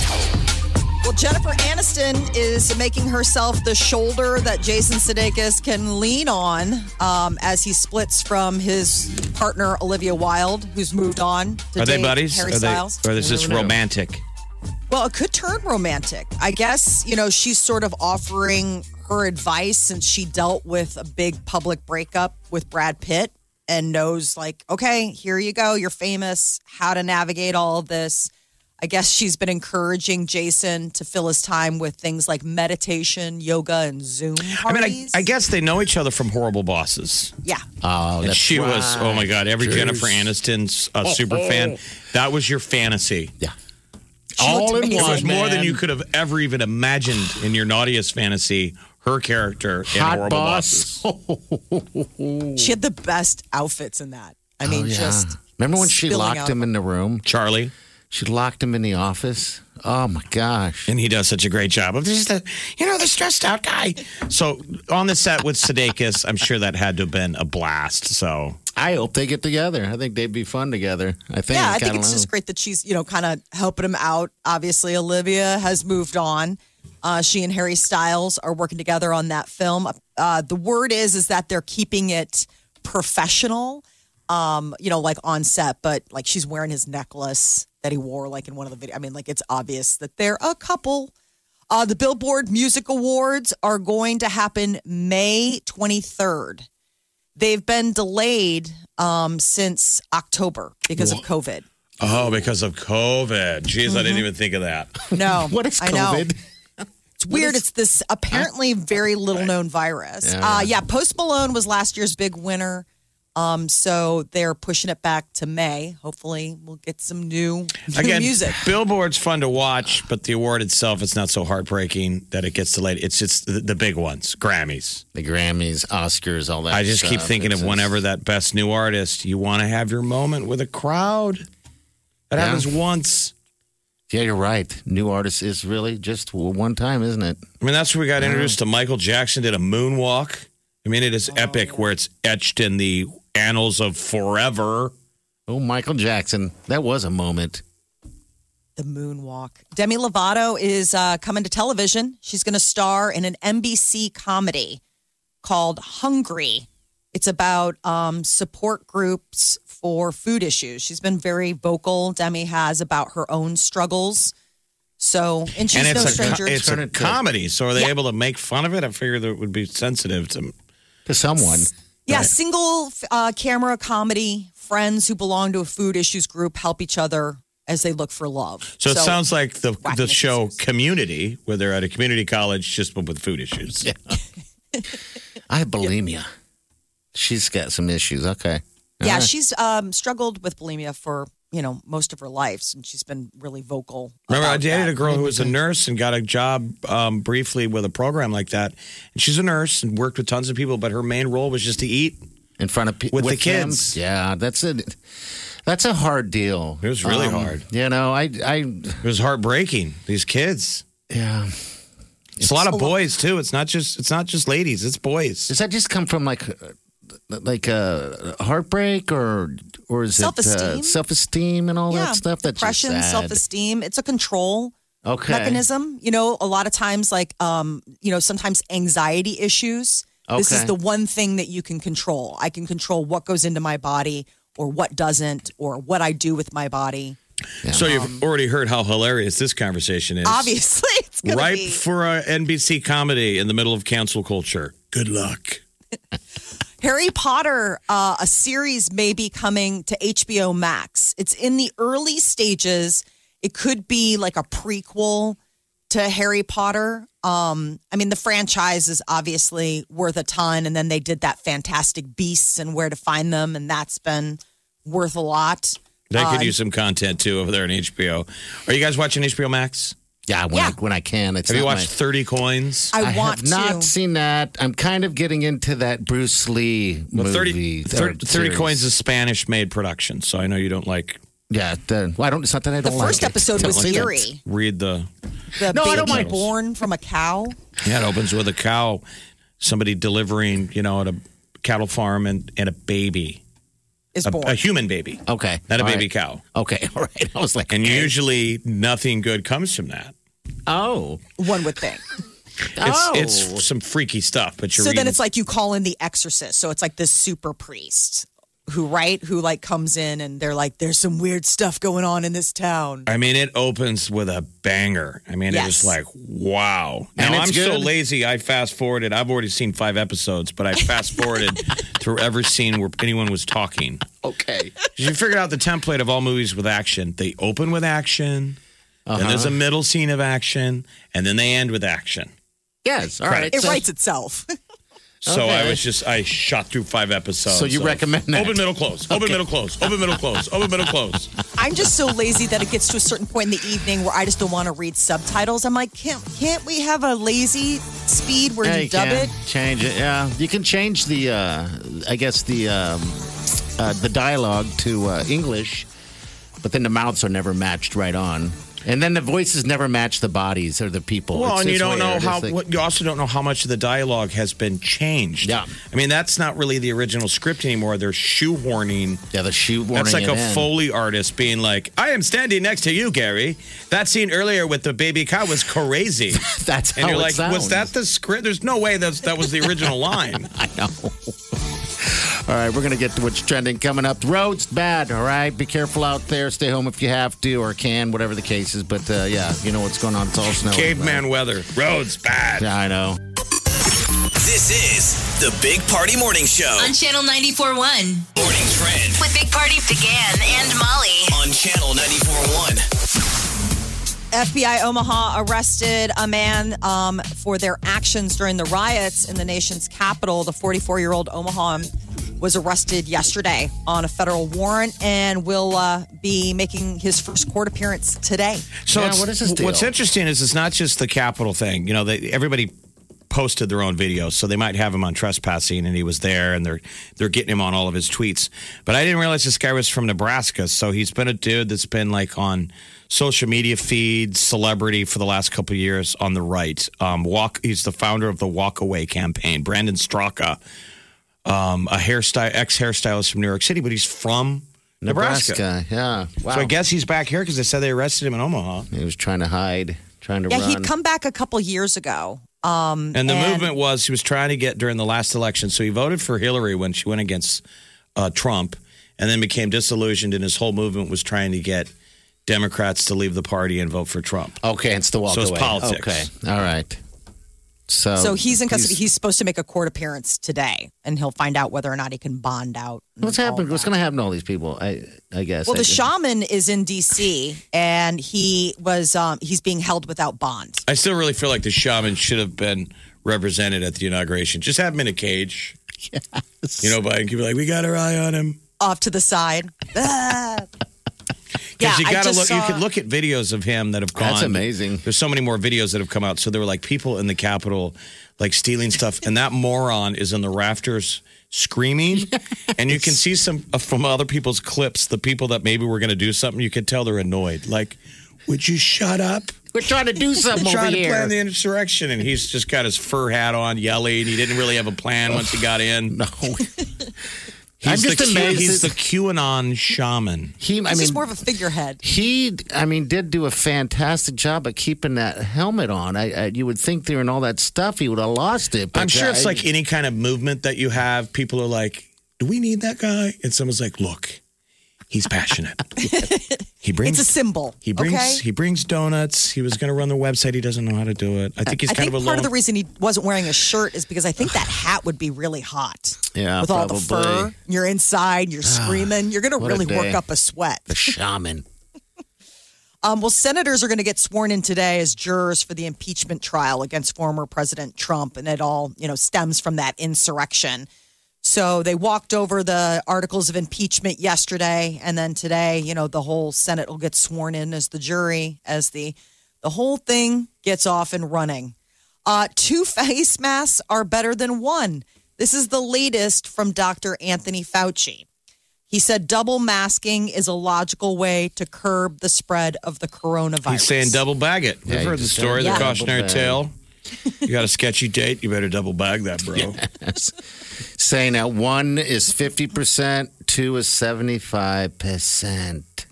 [SPEAKER 4] Well, Jennifer Aniston is making herself the shoulder that Jason Sudeikis can lean on um, as he splits from his partner Olivia Wilde, who's moved on. To
[SPEAKER 3] Are they
[SPEAKER 4] date
[SPEAKER 3] buddies?
[SPEAKER 4] Harry
[SPEAKER 3] Are they,
[SPEAKER 4] Styles.
[SPEAKER 3] or is this romantic?
[SPEAKER 4] Well, it could turn romantic. I guess, you know, she's sort of offering her advice since she dealt with a big public breakup with Brad Pitt and knows, like, okay, here you go. You're famous. How to navigate all of this. I guess she's been encouraging Jason to fill his time with things like meditation, yoga, and Zoom parties.
[SPEAKER 3] I mean, I, I guess they know each other from horrible bosses.
[SPEAKER 4] Yeah.
[SPEAKER 2] Oh,
[SPEAKER 3] And
[SPEAKER 2] that's
[SPEAKER 3] she was,
[SPEAKER 2] right.
[SPEAKER 3] oh my God, every
[SPEAKER 2] Jeez.
[SPEAKER 3] Jennifer Aniston's uh, super fan. That was your fantasy.
[SPEAKER 2] Yeah.
[SPEAKER 4] looked
[SPEAKER 2] All in
[SPEAKER 4] amazing.
[SPEAKER 2] one.
[SPEAKER 3] It was more than
[SPEAKER 2] man.
[SPEAKER 3] you could have ever even imagined in your naughtiest fantasy. Her character in
[SPEAKER 2] Hot
[SPEAKER 3] horrible
[SPEAKER 2] boss.
[SPEAKER 3] bosses.
[SPEAKER 4] She had the best outfits in that. I
[SPEAKER 2] Oh,
[SPEAKER 4] mean, just.
[SPEAKER 2] Remember when she
[SPEAKER 4] spilling
[SPEAKER 2] locked
[SPEAKER 4] out.
[SPEAKER 2] him in the room?
[SPEAKER 3] Charlie,
[SPEAKER 2] She locked him in the office. Oh my gosh.
[SPEAKER 3] and he does such a great job of this. Is the you know the stressed out guy. So on the set with Sudeikis, I'm sure that had to have been a blast. So
[SPEAKER 2] I hope they get together. I think they'd be fun together. I think.
[SPEAKER 4] Yeah, I think
[SPEAKER 2] kinda
[SPEAKER 4] it's
[SPEAKER 2] low.
[SPEAKER 4] just great that she's, you know, kind of helping him out. Obviously, Olivia has moved on. Uh, she and Harry Styles are working together on that film. Uh, the word is is that they're keeping it professional, um, you know, like on set. But like she's wearing his necklace that he wore, like in one of the videos. I mean, like it's obvious that they're a couple. Uh, the Billboard Music Awards are going to happen May twenty third. They've been delayed um, since October because of COVID.
[SPEAKER 3] oh, because of COVID. Jeez, I didn't even think of that.
[SPEAKER 4] No.
[SPEAKER 2] [LAUGHS] What is
[SPEAKER 4] I know.
[SPEAKER 2] COVID?
[SPEAKER 4] It's weird. it's this apparently very little known virus.
[SPEAKER 2] Yeah.
[SPEAKER 4] Uh, yeah, Post Malone was last year's big winner. Um, so they're pushing it back to May. Hopefully, we'll get some new, new
[SPEAKER 2] [LAUGHS]
[SPEAKER 3] Again,
[SPEAKER 4] music.
[SPEAKER 3] Billboard's fun to watch, but the award itself is not so heartbreaking that it gets delayed. It's just the, the big ones, Grammys.
[SPEAKER 2] The Grammys, Oscars, all that.
[SPEAKER 3] I just keep
[SPEAKER 2] stuff.
[SPEAKER 3] thinking
[SPEAKER 2] uh, It's
[SPEAKER 3] of
[SPEAKER 2] just-
[SPEAKER 3] whenever that best new artist, you want to have your moment with a crowd. That
[SPEAKER 2] Yeah.
[SPEAKER 3] happens once.
[SPEAKER 2] Yeah, you're right. New artist is really just one time, isn't it?
[SPEAKER 3] I mean, that's where we got introduced to Michael Jackson, did a moonwalk. I mean, it
[SPEAKER 4] Oh.
[SPEAKER 3] is epic where it's etched in the annals of forever.
[SPEAKER 2] Oh, Michael Jackson. That was a moment.
[SPEAKER 4] The Moonwalk. Demi Lovato is uh, coming to television. She's going to star in an NBC comedy called Hungry. It's about um, support groups for food issues. She's been very vocal. Demi has about her own struggles. So, and she's
[SPEAKER 3] and
[SPEAKER 4] no
[SPEAKER 3] it's a,
[SPEAKER 4] stranger.
[SPEAKER 3] co- it's
[SPEAKER 2] Turn
[SPEAKER 3] a
[SPEAKER 2] it to-
[SPEAKER 3] comedy. So are they able to make fun of it? I figured that it would be sensitive to
[SPEAKER 2] To someone.
[SPEAKER 4] Yeah, single uh, camera comedy. Friends who belong to a food issues group help each other as they look for love.
[SPEAKER 3] So, it sounds like the the
[SPEAKER 4] whackness
[SPEAKER 3] show Community, where they're at a community college just but with food issues.
[SPEAKER 2] I have bulimia. She's got some issues. Okay.
[SPEAKER 4] Yeah, she's um, struggled with bulimia for you know most of her life, and she's been really vocal.
[SPEAKER 3] Remember, I
[SPEAKER 4] about
[SPEAKER 3] dated
[SPEAKER 4] that.
[SPEAKER 3] a girl who was a nurse and got a job um, briefly with a program like that. And she's a nurse and worked with tons of people, but her main role was just to eat.
[SPEAKER 2] in front of people
[SPEAKER 3] With the kids.
[SPEAKER 2] Yeah, that's a that's a hard deal. Um,
[SPEAKER 3] It was really hard.
[SPEAKER 2] You know, I I
[SPEAKER 3] It was heartbreaking. These kids.
[SPEAKER 2] yeah.
[SPEAKER 3] It's, a lot of boys too. It's not just it's not just ladies. It's boys.
[SPEAKER 2] Does that just come from like uh, like a heartbreak or or is it
[SPEAKER 4] Self-esteem?
[SPEAKER 2] self esteem and all
[SPEAKER 4] yeah,
[SPEAKER 2] that stuff? That's just
[SPEAKER 4] depression,
[SPEAKER 2] sad.
[SPEAKER 4] self esteem. It's a control
[SPEAKER 2] Okay.
[SPEAKER 4] mechanism. You know, a lot of times, like um, you know, sometimes anxiety issues. This is
[SPEAKER 2] Okay.
[SPEAKER 4] the one thing that you can control. I can control what goes into my body or what doesn't or what I do with my body.
[SPEAKER 3] So you've already heard how hilarious this conversation is. [LAUGHS]
[SPEAKER 4] Obviously, [LAUGHS] it's gonna
[SPEAKER 3] Ripe
[SPEAKER 4] be.
[SPEAKER 3] for a NBC comedy in the middle of cancel culture. Good luck.
[SPEAKER 4] Harry Potter, uh, a series may be coming to HBO Max. It's in the early stages. It could be like a prequel to Harry Potter. Um, I mean, the franchise is obviously worth a ton. And then they did that Fantastic Beasts and Where to Find Them, and that's been worth a lot.
[SPEAKER 3] They could use some content too over there on HBO. Are you guys watching HBO Max?
[SPEAKER 2] Yeah, when I,
[SPEAKER 4] Yeah.
[SPEAKER 2] when I can. It's
[SPEAKER 3] Have you
[SPEAKER 2] not
[SPEAKER 3] watched Thirty Coins?
[SPEAKER 4] I,
[SPEAKER 2] My, I
[SPEAKER 4] want
[SPEAKER 2] have not
[SPEAKER 4] to.
[SPEAKER 2] seen that. I'm kind of getting into that Bruce Lee movie.
[SPEAKER 3] 30,
[SPEAKER 2] or
[SPEAKER 3] 30, 30
[SPEAKER 2] series.
[SPEAKER 3] Coins is Spanish made production, so I know you don't like
[SPEAKER 2] Yeah, the, well, I don't. It's not that I
[SPEAKER 4] the
[SPEAKER 2] don't. like
[SPEAKER 4] first
[SPEAKER 2] it.
[SPEAKER 4] episode
[SPEAKER 2] Don't
[SPEAKER 4] was
[SPEAKER 2] like it.
[SPEAKER 4] eerie.
[SPEAKER 3] read the.
[SPEAKER 4] The
[SPEAKER 2] No,
[SPEAKER 4] baby
[SPEAKER 2] I don't mind.
[SPEAKER 4] born from a cow.
[SPEAKER 3] Yeah, it opens with a cow, somebody delivering, you know, at a cattle farm and, and a baby,
[SPEAKER 4] Is
[SPEAKER 2] Um,
[SPEAKER 3] a,
[SPEAKER 4] born.
[SPEAKER 3] a human baby,
[SPEAKER 2] Okay,
[SPEAKER 3] not a
[SPEAKER 2] all
[SPEAKER 3] baby
[SPEAKER 2] right.
[SPEAKER 3] cow.
[SPEAKER 2] [LAUGHS] Okay, all right. I was like,
[SPEAKER 3] And
[SPEAKER 2] okay.
[SPEAKER 3] usually nothing good comes from that.
[SPEAKER 2] Oh.
[SPEAKER 4] One would think.
[SPEAKER 2] oh.
[SPEAKER 3] It's, it's some freaky stuff, but you're
[SPEAKER 4] so
[SPEAKER 3] reading
[SPEAKER 4] then it's like you call in the exorcist. So it's like this super priest who, right? Who like comes in and they're like, there's some weird stuff going on in this town.
[SPEAKER 3] I mean, it opens with a banger. I mean,
[SPEAKER 4] Yes.
[SPEAKER 3] it was like, wow.
[SPEAKER 2] And
[SPEAKER 3] Now, I'm
[SPEAKER 2] it's
[SPEAKER 3] so
[SPEAKER 2] good.
[SPEAKER 3] lazy, I fast forwarded. I've already seen five episodes, but I fast forwarded
[SPEAKER 2] [LAUGHS]
[SPEAKER 3] through every scene where anyone was talking.
[SPEAKER 2] okay.
[SPEAKER 3] 'Cause You figured out the template of all movies with action. They open with action, then there's
[SPEAKER 2] Uh-huh.
[SPEAKER 3] a middle scene of action, and then they end with action.
[SPEAKER 2] Yes. All right.
[SPEAKER 4] It
[SPEAKER 2] So,
[SPEAKER 4] writes itself. [LAUGHS]
[SPEAKER 3] So
[SPEAKER 2] Okay.
[SPEAKER 3] I was just, I shot through five episodes.
[SPEAKER 2] so you
[SPEAKER 3] of
[SPEAKER 2] recommend that?
[SPEAKER 6] Open middle close. Open middle close. Open middle close. Open middle close.
[SPEAKER 4] I'm just so lazy that it gets to a certain point in the evening where I just don't want to read subtitles. I'm like, can't can't we have a lazy speed where
[SPEAKER 2] Yeah,
[SPEAKER 4] you, dub
[SPEAKER 2] can
[SPEAKER 4] it?
[SPEAKER 2] Change it. Yeah, you can change the, uh, I guess the um, uh, the dialogue to uh, English, but then the mouths are never matched right on, and then the voices never match the bodies or the people. It's-
[SPEAKER 3] Well, and you
[SPEAKER 2] it's
[SPEAKER 3] don't know
[SPEAKER 2] weird.
[SPEAKER 3] how.
[SPEAKER 2] It's like-
[SPEAKER 3] what, you also don't know how much of the dialogue has been changed.
[SPEAKER 2] Yeah.
[SPEAKER 3] I mean that's not really the original script anymore. They're shoehorning.
[SPEAKER 2] yeah, the shoe warning.
[SPEAKER 3] That's like
[SPEAKER 2] it
[SPEAKER 3] a
[SPEAKER 2] in.
[SPEAKER 3] Foley artist being like, "I am standing next to you, Gary." That scene earlier with the baby cow was crazy,
[SPEAKER 2] [LAUGHS] [LAUGHS] That's how
[SPEAKER 3] and you're
[SPEAKER 2] it
[SPEAKER 3] like,
[SPEAKER 2] sounds.
[SPEAKER 3] "Was that the script?" There's no way that's that was the
[SPEAKER 2] [LAUGHS]
[SPEAKER 3] original line.
[SPEAKER 2] I know. All right, we're going to get to what's trending coming up. Roads bad, all right? Be careful out there. Stay home if you have to or can, whatever the case is. But uh, yeah, you know what's going on. It's all snow.
[SPEAKER 3] Caveman weather, roads bad.
[SPEAKER 2] Yeah, I know.
[SPEAKER 7] This is the Big Party Morning Show.
[SPEAKER 1] On Channel 94.1
[SPEAKER 7] Morning Trend
[SPEAKER 1] with Big Party began and Molly.
[SPEAKER 7] on Channel 94.1.
[SPEAKER 4] FBI Omaha arrested a man um, for their actions during the riots in the nation's capital. The 44 year old Omaha was arrested yesterday on a federal warrant and will uh, be making his first court appearance today.
[SPEAKER 3] So
[SPEAKER 2] Yeah,
[SPEAKER 3] it's-
[SPEAKER 2] what is this deal?
[SPEAKER 3] What's interesting is it's not just the capital thing. You know, they, everybody posted their own videos, so they might have him on trespassing, and he was there, and they're they're getting him on all of his tweets. But I didn't realize this guy was from Nebraska, so he's been a dude that's been like on social media feeds, celebrity for the last couple of years on the right. Um, walk. He's the founder of the Walk Away campaign. Brandon Straka, um, a hairstyle ex hairstylist from New York City, but he's from. Nebraska.
[SPEAKER 2] Nebraska. Yeah. Wow.
[SPEAKER 3] So I guess he's back here because they said they arrested him in Omaha.
[SPEAKER 2] He was trying to hide, trying to
[SPEAKER 4] Yeah,
[SPEAKER 2] run.
[SPEAKER 4] he'd come back a couple years ago.
[SPEAKER 3] And the
[SPEAKER 4] And-
[SPEAKER 3] movement was he was trying to get during the last election. So he voted for Hillary when she went against uh, Trump and then became disillusioned. And his whole movement was trying to get Democrats to leave the party and vote for Trump.
[SPEAKER 2] okay, it's the walk
[SPEAKER 3] So it's
[SPEAKER 2] away.
[SPEAKER 3] politics.
[SPEAKER 2] Okay. All right. So,
[SPEAKER 4] So he's in custody. He's, supposed to make a court appearance today, and he'll find out whether or not he can bond out. and
[SPEAKER 2] what's
[SPEAKER 4] all
[SPEAKER 2] happened?
[SPEAKER 4] that.
[SPEAKER 2] What's going to happen to all these people? I I guess.
[SPEAKER 4] Well,
[SPEAKER 2] I
[SPEAKER 4] the
[SPEAKER 2] just-
[SPEAKER 4] shaman is in D.C. and he was um, he's being held without bond.
[SPEAKER 3] I still really feel like the shaman should have been represented at the inauguration. Just have him in a cage. You know, Biden could be like, we got our eye on him.
[SPEAKER 4] off to the side. [LAUGHS] Ah. yeah,
[SPEAKER 3] Because you
[SPEAKER 4] I
[SPEAKER 3] gotta
[SPEAKER 4] just
[SPEAKER 3] look. You
[SPEAKER 4] saw-
[SPEAKER 3] could look at videos of him that have gone.
[SPEAKER 2] That's amazing.
[SPEAKER 3] There's so many more videos that have come out. So there were like people in the Capitol, like stealing stuff, and that moron is in the rafters screaming.
[SPEAKER 2] [LAUGHS]
[SPEAKER 3] And you can see some uh, from other people's clips. The people that maybe were going to do something, you could tell they're annoyed. Like, would you shut up?
[SPEAKER 2] We're trying to
[SPEAKER 4] [LAUGHS]
[SPEAKER 2] do something over
[SPEAKER 3] Trying to
[SPEAKER 2] here.
[SPEAKER 3] plan the insurrection, and he's just got his fur hat on, yelling. He didn't really have a plan once he got
[SPEAKER 2] [LAUGHS]
[SPEAKER 3] in. No.
[SPEAKER 2] I'm
[SPEAKER 3] He's,
[SPEAKER 2] just
[SPEAKER 3] the, Q-
[SPEAKER 2] amazed.
[SPEAKER 3] he's the
[SPEAKER 2] that
[SPEAKER 3] QAnon shaman.
[SPEAKER 2] he, I
[SPEAKER 4] He's
[SPEAKER 2] mean,
[SPEAKER 4] just more of a figurehead.
[SPEAKER 2] he, I mean, did do a fantastic job at keeping that helmet on. I, I you would think during all that stuff, he would have lost it. But
[SPEAKER 3] I'm sure
[SPEAKER 2] uh,
[SPEAKER 3] it's like any kind of movement that you have. People are like, "Do we need that guy?" And someone's like, "Look, he's [LAUGHS] passionate. he brings
[SPEAKER 4] It's a symbol.
[SPEAKER 3] he brings
[SPEAKER 4] okay?
[SPEAKER 3] he brings donuts. He was going to run the website. He doesn't know how to do it. I think he's
[SPEAKER 4] I
[SPEAKER 3] kind
[SPEAKER 4] think
[SPEAKER 3] of a
[SPEAKER 4] part
[SPEAKER 3] lone.
[SPEAKER 4] of the reason he wasn't wearing a shirt is because I think
[SPEAKER 3] [SIGHS]
[SPEAKER 4] that hat would be really hot.
[SPEAKER 3] Uh,
[SPEAKER 2] Yeah,
[SPEAKER 4] with all the fur,
[SPEAKER 2] probably.
[SPEAKER 4] you're inside,
[SPEAKER 3] [SIGHS]
[SPEAKER 4] you're screaming, you're going to
[SPEAKER 2] What a
[SPEAKER 4] really work
[SPEAKER 2] day.
[SPEAKER 4] up a sweat.
[SPEAKER 2] the shaman.
[SPEAKER 4] Um, well, senators are going to get sworn in today as jurors for the impeachment trial against former President Trump, and it all you know stems from that insurrection. So they walked over the articles of impeachment yesterday, and then today, you know, the whole Senate will get sworn in as the jury as the the whole thing gets off and running. Uh, two face masks are better than one. This is the latest from Dr. Anthony Fauci. He said double masking is a logical way to curb the spread of the coronavirus.
[SPEAKER 3] he's saying double bag it. We've
[SPEAKER 2] Yeah, you
[SPEAKER 3] heard the
[SPEAKER 2] just
[SPEAKER 3] story,
[SPEAKER 4] don't
[SPEAKER 3] the
[SPEAKER 4] double
[SPEAKER 3] cautionary
[SPEAKER 2] bag.
[SPEAKER 3] [LAUGHS] tale. You got a sketchy date. You better double bag that, bro.
[SPEAKER 2] saying that one is 50%, two is 75%. Isn't that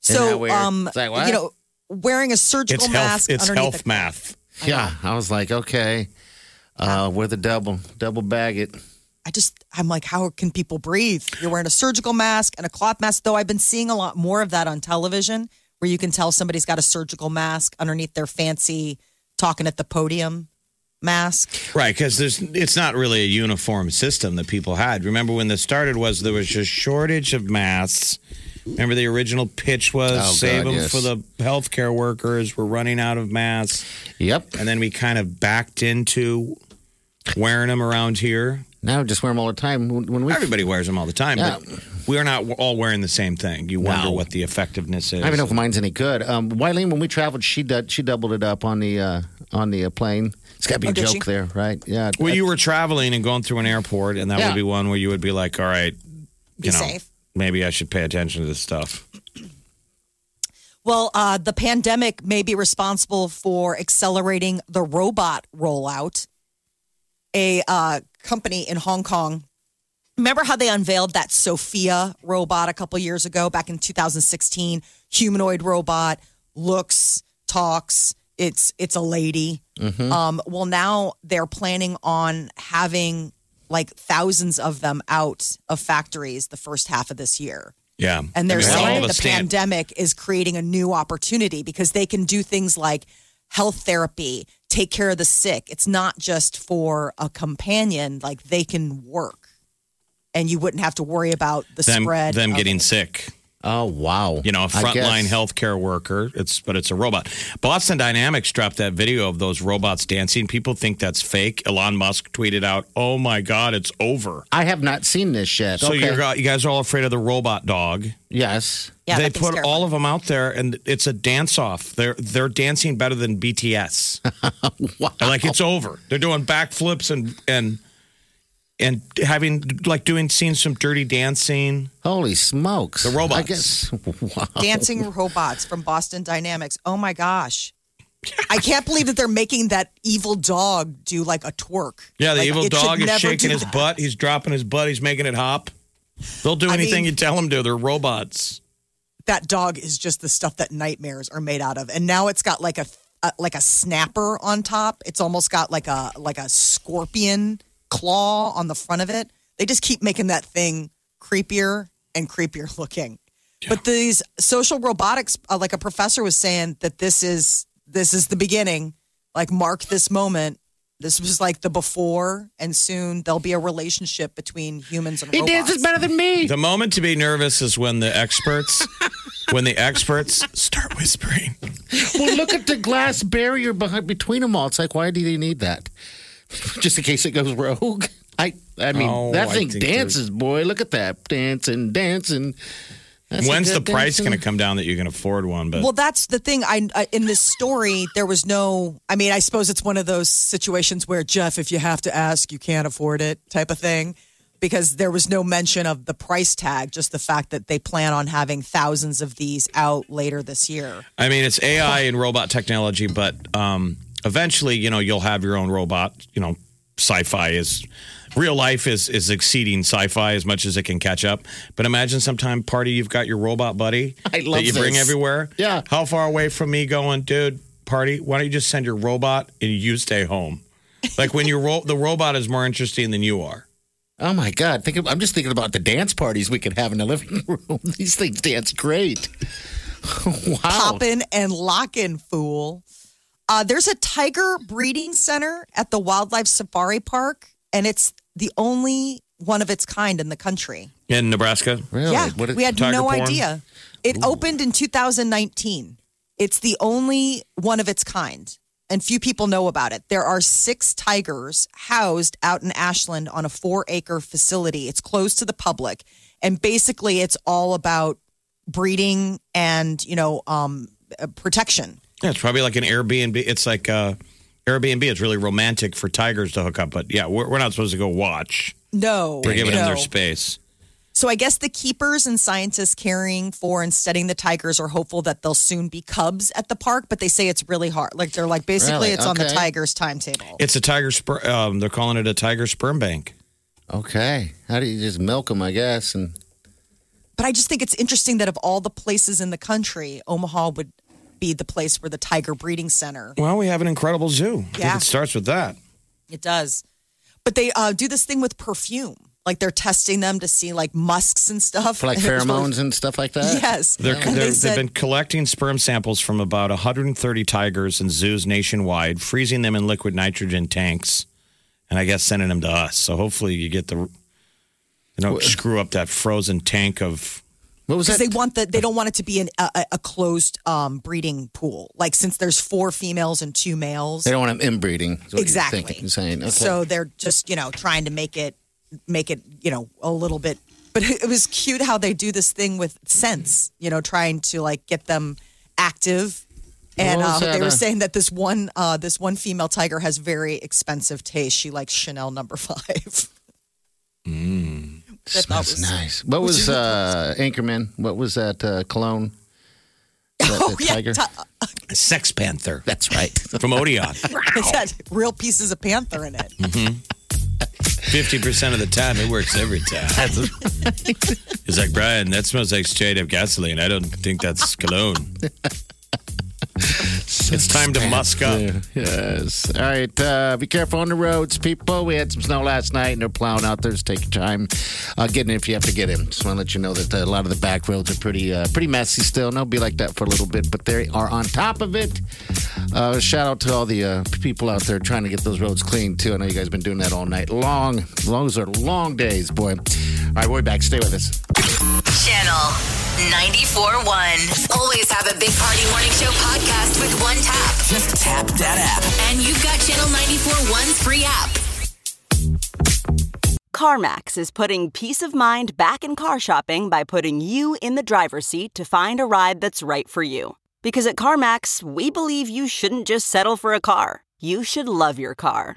[SPEAKER 4] So,
[SPEAKER 2] weird?
[SPEAKER 4] um,
[SPEAKER 2] It's like, what?
[SPEAKER 4] you know, wearing a surgical
[SPEAKER 3] It's health.
[SPEAKER 4] mask
[SPEAKER 3] It's
[SPEAKER 4] underneath
[SPEAKER 3] health
[SPEAKER 4] the-
[SPEAKER 3] math.
[SPEAKER 2] Yeah, I was like, okay, uh, we're the double, double bag it.
[SPEAKER 4] I just, I'm like, how can people breathe? You're wearing a surgical mask and a cloth mask, though I've been seeing a lot more of that on television where you can tell somebody's got a surgical mask underneath their fancy talking at the podium mask.
[SPEAKER 3] Right, because there's it's not really a uniform system that people had. Remember when this started was there was a shortage of masks. Remember the original pitch was
[SPEAKER 2] Oh,
[SPEAKER 3] save
[SPEAKER 2] God,
[SPEAKER 3] them
[SPEAKER 2] yes.
[SPEAKER 3] for the healthcare workers. We're running out of masks,
[SPEAKER 2] Yep.
[SPEAKER 3] and then we kind of backed into wearing them around here.
[SPEAKER 2] Now just wear them all the time. When when we,
[SPEAKER 3] Everybody wears them all the time,
[SPEAKER 2] Yeah.
[SPEAKER 3] but we're not all wearing the same thing. You wonder
[SPEAKER 2] No.
[SPEAKER 3] what the effectiveness is.
[SPEAKER 2] I don't even know if mine's any good. Um, Wileen, when we traveled, she did, she doubled it up on the uh, on the uh, plane. It's got to be
[SPEAKER 4] Oh,
[SPEAKER 2] a
[SPEAKER 4] did
[SPEAKER 2] joke
[SPEAKER 4] she?
[SPEAKER 2] there, right? Yeah.
[SPEAKER 3] Well, you were traveling and going through an airport, and that
[SPEAKER 2] Yeah.
[SPEAKER 3] would be one where you would be like, "All right,
[SPEAKER 4] Be
[SPEAKER 3] you know,
[SPEAKER 4] safe.
[SPEAKER 3] maybe I should pay attention to this stuff."
[SPEAKER 4] Well, uh, the pandemic may be responsible for accelerating the robot rollout. A uh, company in Hong Kong. Remember how they unveiled that Sophia robot a couple years ago, back in 2016? Humanoid robot looks, talks. It's it's a lady. Um, well, now they're planning on having like thousands of them out of factories the first half of this year.
[SPEAKER 3] Yeah,
[SPEAKER 4] And they're
[SPEAKER 3] I mean, all
[SPEAKER 4] saying
[SPEAKER 3] of
[SPEAKER 4] the
[SPEAKER 3] us stand-
[SPEAKER 4] pandemic is creating a new opportunity because they can do things like health therapy, take care of the sick. It's not just for a companion, like they can work and you wouldn't have to worry about the
[SPEAKER 3] them,
[SPEAKER 4] spread.
[SPEAKER 3] them
[SPEAKER 4] of
[SPEAKER 3] getting
[SPEAKER 4] it.
[SPEAKER 3] sick.
[SPEAKER 2] Oh wow.
[SPEAKER 3] You know, a
[SPEAKER 2] I
[SPEAKER 3] frontline
[SPEAKER 2] guess.
[SPEAKER 3] healthcare worker. It's but it's a robot. Boston Dynamics dropped that video of those robots dancing. People think that's fake. Elon Musk tweeted out, "Oh my God, it's over."
[SPEAKER 2] I have not seen this yet.
[SPEAKER 3] So
[SPEAKER 2] okay.
[SPEAKER 3] you're, uh, you guys are all afraid of the robot dog.
[SPEAKER 2] yes.
[SPEAKER 4] Yeah,
[SPEAKER 3] they
[SPEAKER 4] that thing's
[SPEAKER 3] put all of them out there, and it's a dance off. They're they're dancing better
[SPEAKER 2] [LAUGHS]
[SPEAKER 3] than BTS. They're Like it's over. They're doing backflips and and and having like doing seeing some dirty dancing.
[SPEAKER 2] Holy smokes.
[SPEAKER 3] The robots.
[SPEAKER 2] I guess. Wow.
[SPEAKER 3] [LAUGHS]
[SPEAKER 4] dancing robots from Boston Dynamics. Oh my gosh. I can't believe that they're making that evil dog do like a twerk.
[SPEAKER 3] Yeah, the
[SPEAKER 4] Like,
[SPEAKER 3] evil
[SPEAKER 4] it should
[SPEAKER 3] dog is
[SPEAKER 4] never
[SPEAKER 3] shaking
[SPEAKER 4] do
[SPEAKER 3] his
[SPEAKER 4] that.
[SPEAKER 3] butt. He's dropping his butt. He's making it hop. They'll do
[SPEAKER 4] I mean-
[SPEAKER 3] anything you tell them to. They're robots.
[SPEAKER 4] that dog is just the stuff that nightmares are made out of and now it's got like a, a like a snapper on top it's almost got like a like a scorpion claw on the front of it they just keep making that thing creepier and creepier [LAUGHS] looking but these social robotics uh, like a professor was saying that this is this is the beginning like mark this moment this was like the before and soon there'll be a relationship between humans and
[SPEAKER 2] He
[SPEAKER 4] robots
[SPEAKER 2] dances better than me.
[SPEAKER 3] The moment to be nervous is when the experts, when
[SPEAKER 4] [LAUGHS]
[SPEAKER 3] the experts start whispering.
[SPEAKER 2] well, look at the glass barrier behind between them all. It's like, why do they need that? [LAUGHS] Just in case it goes rogue. I I mean,
[SPEAKER 3] Oh,
[SPEAKER 2] that
[SPEAKER 3] I
[SPEAKER 2] thing
[SPEAKER 3] think
[SPEAKER 2] dances, boy. Look at that dancing, dancing. That's a
[SPEAKER 3] When's the
[SPEAKER 2] good
[SPEAKER 3] price going
[SPEAKER 2] dancing.
[SPEAKER 3] to come down that you can afford one? But
[SPEAKER 4] Well, that's the thing. I I- in this story there was no. I mean, I suppose it's one of those situations where Jeff, if you have to ask, you can't afford it, type of thing, because there was no mention of the price tag. Just the fact that they plan on having thousands of these out later this year.
[SPEAKER 3] I mean, it's AI and robot technology, but um, eventually, you know, you'll have your own robot. You know, sci-fi is real life is is exceeding sci-fi as much as it can catch up. But imagine sometime party you've got your robot buddy
[SPEAKER 2] [LAUGHS] I love
[SPEAKER 3] that you bring
[SPEAKER 2] this.
[SPEAKER 3] everywhere.
[SPEAKER 2] Yeah.
[SPEAKER 3] how far away from me going, dude? Party? Why don't you just send your robot and you stay home? Like when you ro- the robot is more interesting than you are.
[SPEAKER 2] Oh my God! Think of, I'm just thinking about the dance parties we could have in the living [LAUGHS] room. These things dance great. wow!
[SPEAKER 4] popping and locking, fool. Uh, there's a tiger breeding center at the Wildlife Safari Park, and it's the only one of its kind in the country.
[SPEAKER 3] In Nebraska,
[SPEAKER 2] Really?
[SPEAKER 4] Yeah,
[SPEAKER 2] What is-
[SPEAKER 4] we had
[SPEAKER 3] tiger
[SPEAKER 4] no
[SPEAKER 3] porn?
[SPEAKER 4] idea. It opened in 2019. It's the only one of its kind, and few people know about it. There are six tigers housed out in Ashland on a four acre facility. It's closed to the public, and basically, it's all about breeding and you know um, uh, protection.
[SPEAKER 3] Yeah, it's probably like an Airbnb. It's like uh, Airbnb. It's really romantic for tigers to hook up, but yeah, we're, we're not supposed to go watch.
[SPEAKER 4] No,
[SPEAKER 3] We're giving
[SPEAKER 4] no.
[SPEAKER 3] them their space.
[SPEAKER 4] So I guess the keepers and scientists caring for and studying the tigers are hopeful that they'll soon be cubs at the park, but they say it's really hard. Like they're like basically
[SPEAKER 2] Really?
[SPEAKER 4] it's on the
[SPEAKER 2] Okay.
[SPEAKER 4] tigers' timetable.
[SPEAKER 3] It's a tiger. Sper- um, they're calling it a tiger sperm bank.
[SPEAKER 2] Okay. How do you just milk them? I guess. And
[SPEAKER 4] But I just think it's interesting that of all the places in the country, Omaha would be the place where the tiger breeding center
[SPEAKER 3] Well, we have an incredible zoo. I think
[SPEAKER 4] Yeah.
[SPEAKER 3] it starts with that.
[SPEAKER 4] It does. But they uh, do this thing with perfume. Like they're testing them to see like musks and stuff.
[SPEAKER 2] For like
[SPEAKER 4] And [LAUGHS] it was really-
[SPEAKER 2] pheromones and stuff like that?
[SPEAKER 4] Yes.
[SPEAKER 3] They're,
[SPEAKER 4] And
[SPEAKER 3] they're,
[SPEAKER 4] they
[SPEAKER 3] they've
[SPEAKER 4] said,
[SPEAKER 3] been collecting sperm samples from about 130 tigers in zoos nationwide, freezing them in liquid nitrogen tanks, and I guess sending them to us. So hopefully you get the, you know, screw up that frozen tank of.
[SPEAKER 2] What was
[SPEAKER 4] because
[SPEAKER 2] that?
[SPEAKER 4] they want the they don't want it to be an, a, a- a closed um, breeding pool. Like since there's four females and two males,
[SPEAKER 2] They don't want them inbreeding. is what you're
[SPEAKER 4] exactly.
[SPEAKER 2] thinking, you're saying. Okay.
[SPEAKER 4] So they're just you know trying to make it make it you know a little bit. But it was cute how they do this thing with scents. You know, trying to like get them active. And
[SPEAKER 2] What
[SPEAKER 4] uh,
[SPEAKER 2] was that,
[SPEAKER 4] they were
[SPEAKER 2] uh,
[SPEAKER 4] saying that this one uh, this one female tiger has very expensive taste. She likes Chanel number five. [LAUGHS] I thought
[SPEAKER 2] Smells
[SPEAKER 4] was-
[SPEAKER 2] nice.
[SPEAKER 4] [LAUGHS]
[SPEAKER 2] What was uh, Anchorman? What was that uh, cologne? That-
[SPEAKER 4] Oh,
[SPEAKER 2] that
[SPEAKER 4] yeah,
[SPEAKER 2] tiger?
[SPEAKER 4] ti- [LAUGHS]
[SPEAKER 3] Sex Panther
[SPEAKER 2] That's right.
[SPEAKER 3] from Odeon. [LAUGHS]
[SPEAKER 4] It's got real pieces of panther in it.
[SPEAKER 3] 50% of the time, it works every time. He's like, Brian, that smells like straight up gasoline. I don't think that's cologne. it's time to musk up.
[SPEAKER 2] yes. All right. Uh, be careful on the roads, people. We had some snow last night, and they're plowing out there. So take your time uh, getting in if you have to get in. Just want to let you know that uh, a lot of the back roads are pretty uh, pretty messy still, and they'll be like that for a little bit. But they are on top of it. Uh, shout out to all the uh, people out there trying to get those roads clean too. I know you guys have been doing that all night long. Those are long days, boy. All right, we're back. Stay with us.
[SPEAKER 1] Channel 94.1. Always have a Big Party Morning Show podcast with one tap. Just tap that app. And you've got Channel 94.1's free app.
[SPEAKER 8] CarMax is putting peace of mind back in car shopping by putting you in the driver's seat to find a ride that's right for you. Because at CarMax, we believe you shouldn't just settle for a car, you should love your car.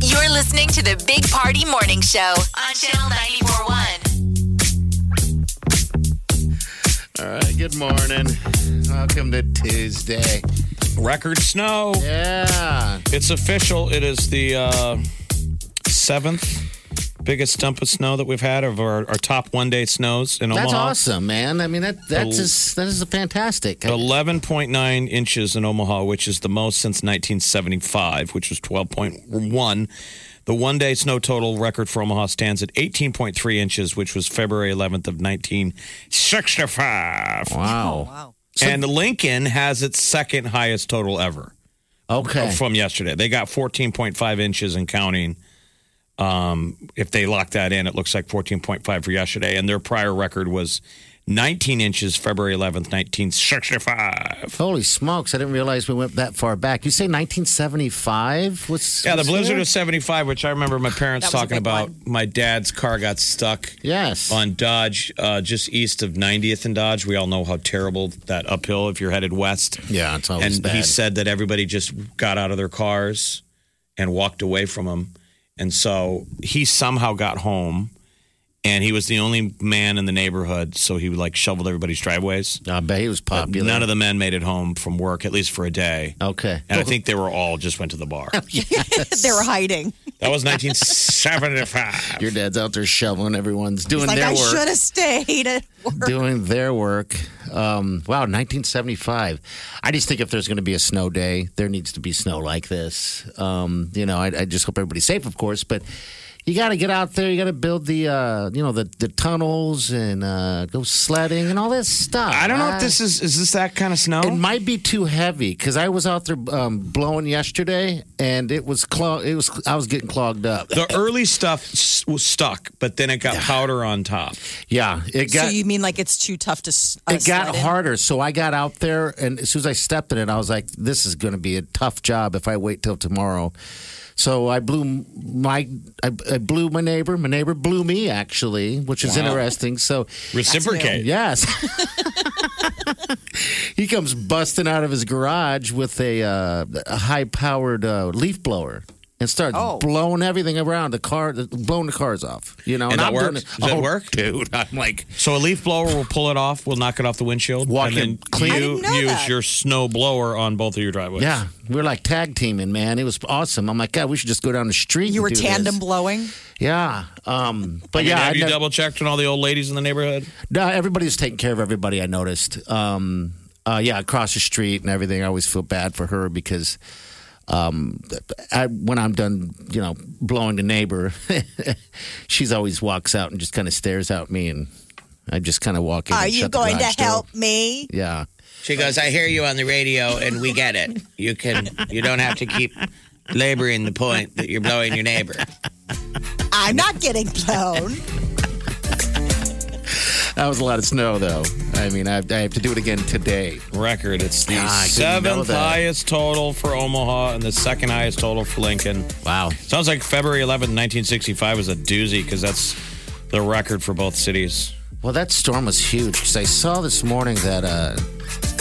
[SPEAKER 1] You're listening to the Big Party Morning Show on Channel 94.1.
[SPEAKER 2] All right. Good morning. Welcome to Tuesday.
[SPEAKER 3] Record snow.
[SPEAKER 2] Yeah.
[SPEAKER 3] It's official. It is the uh, seventh biggest dump of snow that we've had of our, our top one day snows in
[SPEAKER 2] That's
[SPEAKER 3] Omaha.
[SPEAKER 2] awesome, man. I mean, that that's
[SPEAKER 3] Oh.
[SPEAKER 2] just, that is fantastic.
[SPEAKER 3] 11.9 inches in Omaha, which is the most since 1975, which was 12.1. The one day snow total record for Omaha stands at 18.3 inches, which was February 11th of 1965.
[SPEAKER 4] Oh,
[SPEAKER 2] wow.
[SPEAKER 4] [LAUGHS]
[SPEAKER 3] And Lincoln has its second highest total ever.
[SPEAKER 2] Okay.
[SPEAKER 3] from yesterday. They got 14.5 inches and counting. Um, if they lock that in, it looks like 14.5 for yesterday. And their prior record was 19 inches February 11th, 1965.
[SPEAKER 2] Holy smokes! I didn't realize we went that far back. You say 1975? What's
[SPEAKER 3] Yeah, the
[SPEAKER 2] what's
[SPEAKER 3] blizzard
[SPEAKER 2] there?
[SPEAKER 3] of 75, which I remember my parents
[SPEAKER 4] That was a
[SPEAKER 3] talking
[SPEAKER 4] big
[SPEAKER 3] about. My dad's car got stuck
[SPEAKER 2] Yes.
[SPEAKER 3] on Dodge, uh, just east of 90th and Dodge. We all know how terrible that uphill if you're headed west.
[SPEAKER 2] Yeah, it's always
[SPEAKER 3] and
[SPEAKER 2] bad.
[SPEAKER 3] he said that everybody just got out of their cars and walked away from him and so he somehow got home and he was the only man in the neighborhood so he like shoveled everybody's driveways
[SPEAKER 2] I bet he was popular.
[SPEAKER 3] none of the men made it home from work at least for a day
[SPEAKER 2] Okay.
[SPEAKER 3] and i think they were all just went to the bar
[SPEAKER 4] they were hiding.
[SPEAKER 3] that was 1975
[SPEAKER 2] Your dad's out there shoveling. Everyone's doing
[SPEAKER 4] Like
[SPEAKER 2] their
[SPEAKER 4] I
[SPEAKER 2] work.
[SPEAKER 4] should have stayed [LAUGHS] at work.
[SPEAKER 2] doing their work. Um, wow, 1975. I just think if there's going to be a snow day, there needs to be snow like this. Um, you know, I, I just hope everybody's safe, of course, but. you got to get out there. You got to build the, uh, you know, the, the tunnels and uh, go sledding and all this stuff. Uh,
[SPEAKER 3] I don't know if this is is this that kind of snow?
[SPEAKER 2] It might be too heavy because I was out there um, blowing yesterday, and it was clog. It was I was getting clogged up.
[SPEAKER 3] the early stuff s- was stuck, but then it got powder on top.
[SPEAKER 2] Yeah, it
[SPEAKER 4] so
[SPEAKER 2] got
[SPEAKER 4] you mean like it's too tough to? s- Uh,
[SPEAKER 2] it got
[SPEAKER 4] sled in?
[SPEAKER 2] harder. So I got out there, and as soon as I stepped in it, I was like, "This is going to be a tough job if I wait till tomorrow." So I blew my I, I blew my neighbor. My neighbor blew me actually, which is interesting. So
[SPEAKER 3] Reciprocate.
[SPEAKER 2] yes, [LAUGHS] he comes busting out of his garage with a, uh, a high powered uh, leaf blower. And starts
[SPEAKER 3] Oh.
[SPEAKER 2] blowing everything around the car, blowing the cars off. You know,
[SPEAKER 3] And that
[SPEAKER 2] I'm doing
[SPEAKER 3] worked?
[SPEAKER 2] it-
[SPEAKER 3] Does that
[SPEAKER 2] oh,
[SPEAKER 3] work?
[SPEAKER 2] dude? I'm like,
[SPEAKER 3] So a leaf blower will pull it off. We'll knock it off the windshield.
[SPEAKER 2] Walk
[SPEAKER 3] and then
[SPEAKER 2] in clean. I
[SPEAKER 3] you
[SPEAKER 4] didn't know
[SPEAKER 3] use
[SPEAKER 4] that.
[SPEAKER 3] your snow blower on both of your driveways.
[SPEAKER 2] Yeah, we were like tag teaming, man. It was awesome. I'm like, God, we should just go down the street.
[SPEAKER 4] You
[SPEAKER 2] and
[SPEAKER 4] were
[SPEAKER 2] do this."
[SPEAKER 4] tandem blowing.
[SPEAKER 2] Yeah, um, but
[SPEAKER 3] I mean,
[SPEAKER 2] yeah,
[SPEAKER 3] have
[SPEAKER 2] I
[SPEAKER 3] you
[SPEAKER 2] nev-
[SPEAKER 3] double checked on all the old ladies in the neighborhood?
[SPEAKER 2] no, everybody's taking care of everybody. I noticed. Um, uh, yeah, across the street and everything. I always feel bad for her because. Um, I, when I'm done, you know, blowing the neighbor, [LAUGHS] she's always walks out and just kind of stares at me, and I just kind of walk in. and shut the garage door.
[SPEAKER 4] me?
[SPEAKER 2] Yeah,
[SPEAKER 9] She goes, I hear you on the radio, and we get it. You can, you don't have to keep laboring the point that you're blowing your neighbor.
[SPEAKER 4] I'm not getting
[SPEAKER 2] [LAUGHS]
[SPEAKER 4] blown.
[SPEAKER 2] that was a lot of snow, though. I mean, I, I have to do it again today.
[SPEAKER 3] Record. It's the
[SPEAKER 2] Ah, I didn't know
[SPEAKER 3] seventh
[SPEAKER 2] that.
[SPEAKER 3] highest total for Omaha and the second highest total for Lincoln.
[SPEAKER 2] Wow.
[SPEAKER 3] Sounds like February 11th, 1965 was a doozy because that's the record for both cities.
[SPEAKER 2] Well, that storm was huge because I saw this morning that uh,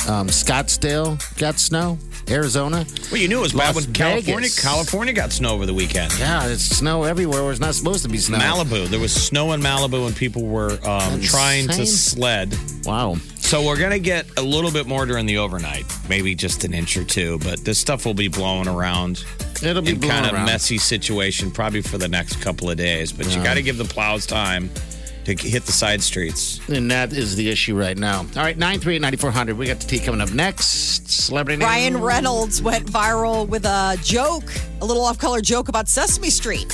[SPEAKER 2] um, Scottsdale got snow, Arizona.
[SPEAKER 3] Well, you knew it was bad
[SPEAKER 2] Las
[SPEAKER 3] when California,
[SPEAKER 2] Vegas.
[SPEAKER 3] California got snow over the weekend.
[SPEAKER 2] Yeah, there's snow everywhere where it's not supposed to be snow.
[SPEAKER 3] Malibu. There was snow in Malibu, and people were um, trying to
[SPEAKER 2] insane.
[SPEAKER 3] sled.
[SPEAKER 2] Wow.
[SPEAKER 3] So we're gonna get a little bit more during the overnight, maybe just an inch or two. But this stuff will be blowing around
[SPEAKER 2] It'll be
[SPEAKER 3] in
[SPEAKER 2] blowing
[SPEAKER 3] kind of
[SPEAKER 2] around.
[SPEAKER 3] messy situation, probably for the next couple of days. But you got to give the plows time to hit the side streets.
[SPEAKER 2] And that is the issue right now. All right, 938 9400. We got the tea coming up next. Celebrity name.
[SPEAKER 4] Ryan Reynolds went viral with a joke, a little off-color joke about Sesame Street.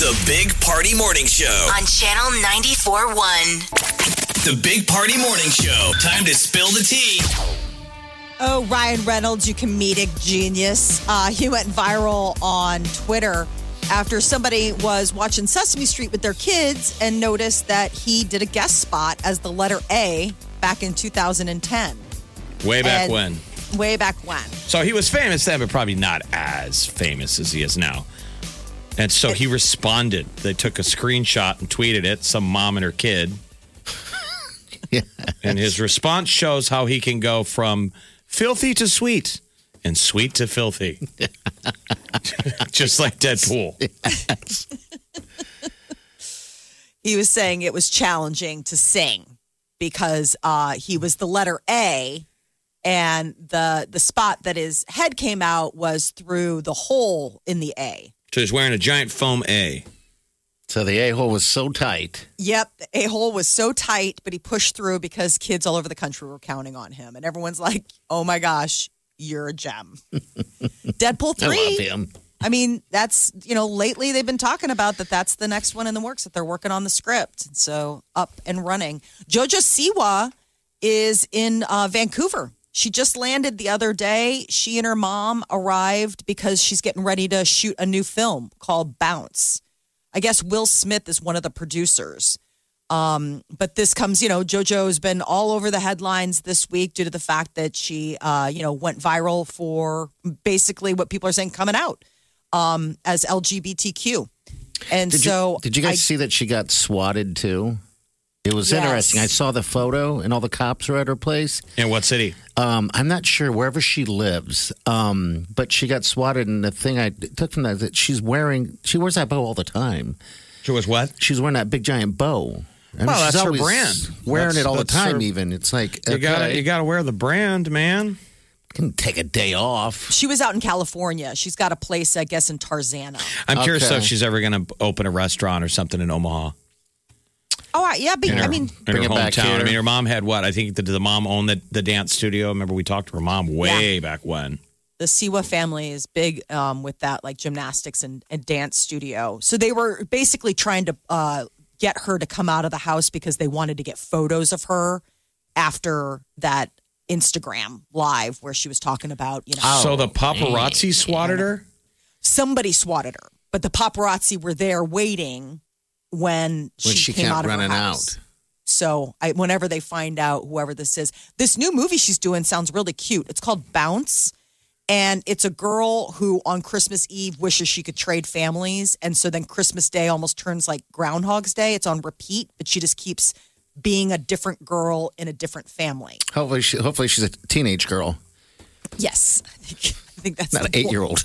[SPEAKER 7] The Big Party Morning Show.
[SPEAKER 1] On Channel 94.1.
[SPEAKER 7] The Big Party Morning Show. Time to spill the tea.
[SPEAKER 4] Oh, Ryan Reynolds, you comedic genius. Uh, he went viral on Twitter after somebody was watching Sesame Street with their kids and noticed that he did a guest spot as the letter A back in 2010.
[SPEAKER 3] Way back
[SPEAKER 4] And-
[SPEAKER 3] when.
[SPEAKER 4] Way back when.
[SPEAKER 3] So he was famous then, but probably not as famous as he is now. And so he responded. They took a screenshot and tweeted it, some mom and her kid. And his response shows how he can go from filthy to sweet and sweet to filthy. [LAUGHS] Just like Deadpool.
[SPEAKER 4] he was saying it was challenging to sing because uh, he was the letter A, and the the spot that his head came out was through the hole in the A.
[SPEAKER 3] So he's wearing a giant foam A.
[SPEAKER 2] So the a hole was so tight.
[SPEAKER 4] Yep, the a hole was so tight, but he pushed through because kids all over the country were counting on him, and everyone's like, "Oh my gosh, you're a gem." Deadpool
[SPEAKER 2] I love
[SPEAKER 4] three.
[SPEAKER 2] him.
[SPEAKER 4] I mean, that's you know, lately they've been talking about that. That's the next one in the works that they're working on the script. So up and running. Jojo Siwa is in uh, Vancouver. She just landed the other day. She and her mom arrived because she's getting ready to shoot a new film called Bounce. I guess Will Smith is one of the producers. Um, but this comes, you know, JoJo has been all over the headlines this week due to the fact that she, uh, you know, went viral for basically what people are saying coming out um, as LGBTQ. And
[SPEAKER 2] Did
[SPEAKER 4] so,
[SPEAKER 2] you, did you
[SPEAKER 4] I-
[SPEAKER 2] guys see that she got swatted too? It was
[SPEAKER 4] Yes.
[SPEAKER 2] interesting. I saw the photo, and all the cops were at her place.
[SPEAKER 3] In what city?
[SPEAKER 2] Um, I'm not sure wherever she lives, um, but she got swatted. And the thing I took from that is that she's wearing she wears that bow all the time.
[SPEAKER 3] Sure was what?
[SPEAKER 2] She's wearing that big giant bow. I mean,
[SPEAKER 3] Well,
[SPEAKER 2] she's
[SPEAKER 3] that's her
[SPEAKER 2] always
[SPEAKER 3] brand.
[SPEAKER 2] Wearing
[SPEAKER 3] That's-
[SPEAKER 2] it all the
[SPEAKER 3] that's
[SPEAKER 2] time.
[SPEAKER 3] her-
[SPEAKER 2] Even it's like
[SPEAKER 3] You gotta
[SPEAKER 2] okay,
[SPEAKER 3] you gotta wear the brand, man.
[SPEAKER 2] can take a day off.
[SPEAKER 4] she was out in California. She's got a place, I guess, in Tarzana.
[SPEAKER 3] I'm curious
[SPEAKER 2] Okay.
[SPEAKER 3] if she's ever gonna open a restaurant or something in Omaha.
[SPEAKER 4] All right. Yeah. But,
[SPEAKER 3] in her,
[SPEAKER 4] Oh, I mean,
[SPEAKER 3] in her
[SPEAKER 2] Bring it back
[SPEAKER 3] hometown. I
[SPEAKER 2] here.
[SPEAKER 3] mean, her mom had what? I think did the mom own the, the dance studio? Remember, we talked to her mom way back when.
[SPEAKER 4] the Siwa family is big um, with that, like gymnastics and, and dance studio. So they were basically trying to uh, get her to come out of the house because they wanted to get photos of her after that Instagram live where she was talking about, you know,
[SPEAKER 3] so the paparazzi swatted her.
[SPEAKER 4] somebody swatted her, but the paparazzi were there waiting when,
[SPEAKER 2] When she
[SPEAKER 4] came
[SPEAKER 2] kept
[SPEAKER 4] out of
[SPEAKER 2] running
[SPEAKER 4] her house.
[SPEAKER 2] out.
[SPEAKER 4] So I, whenever they find out whoever this is, this new movie she's doing sounds really cute. It's called Bounce, and it's a girl who on Christmas Eve wishes she could trade families, and so then Christmas Day almost turns like Groundhog's Day. It's on repeat, but she just keeps being a different girl in a different family.
[SPEAKER 2] Hopefully, she, hopefully she's a teenage girl,
[SPEAKER 4] Yes, [LAUGHS] I think I think that's
[SPEAKER 2] not an
[SPEAKER 4] the
[SPEAKER 2] eight
[SPEAKER 4] goal.
[SPEAKER 2] year old.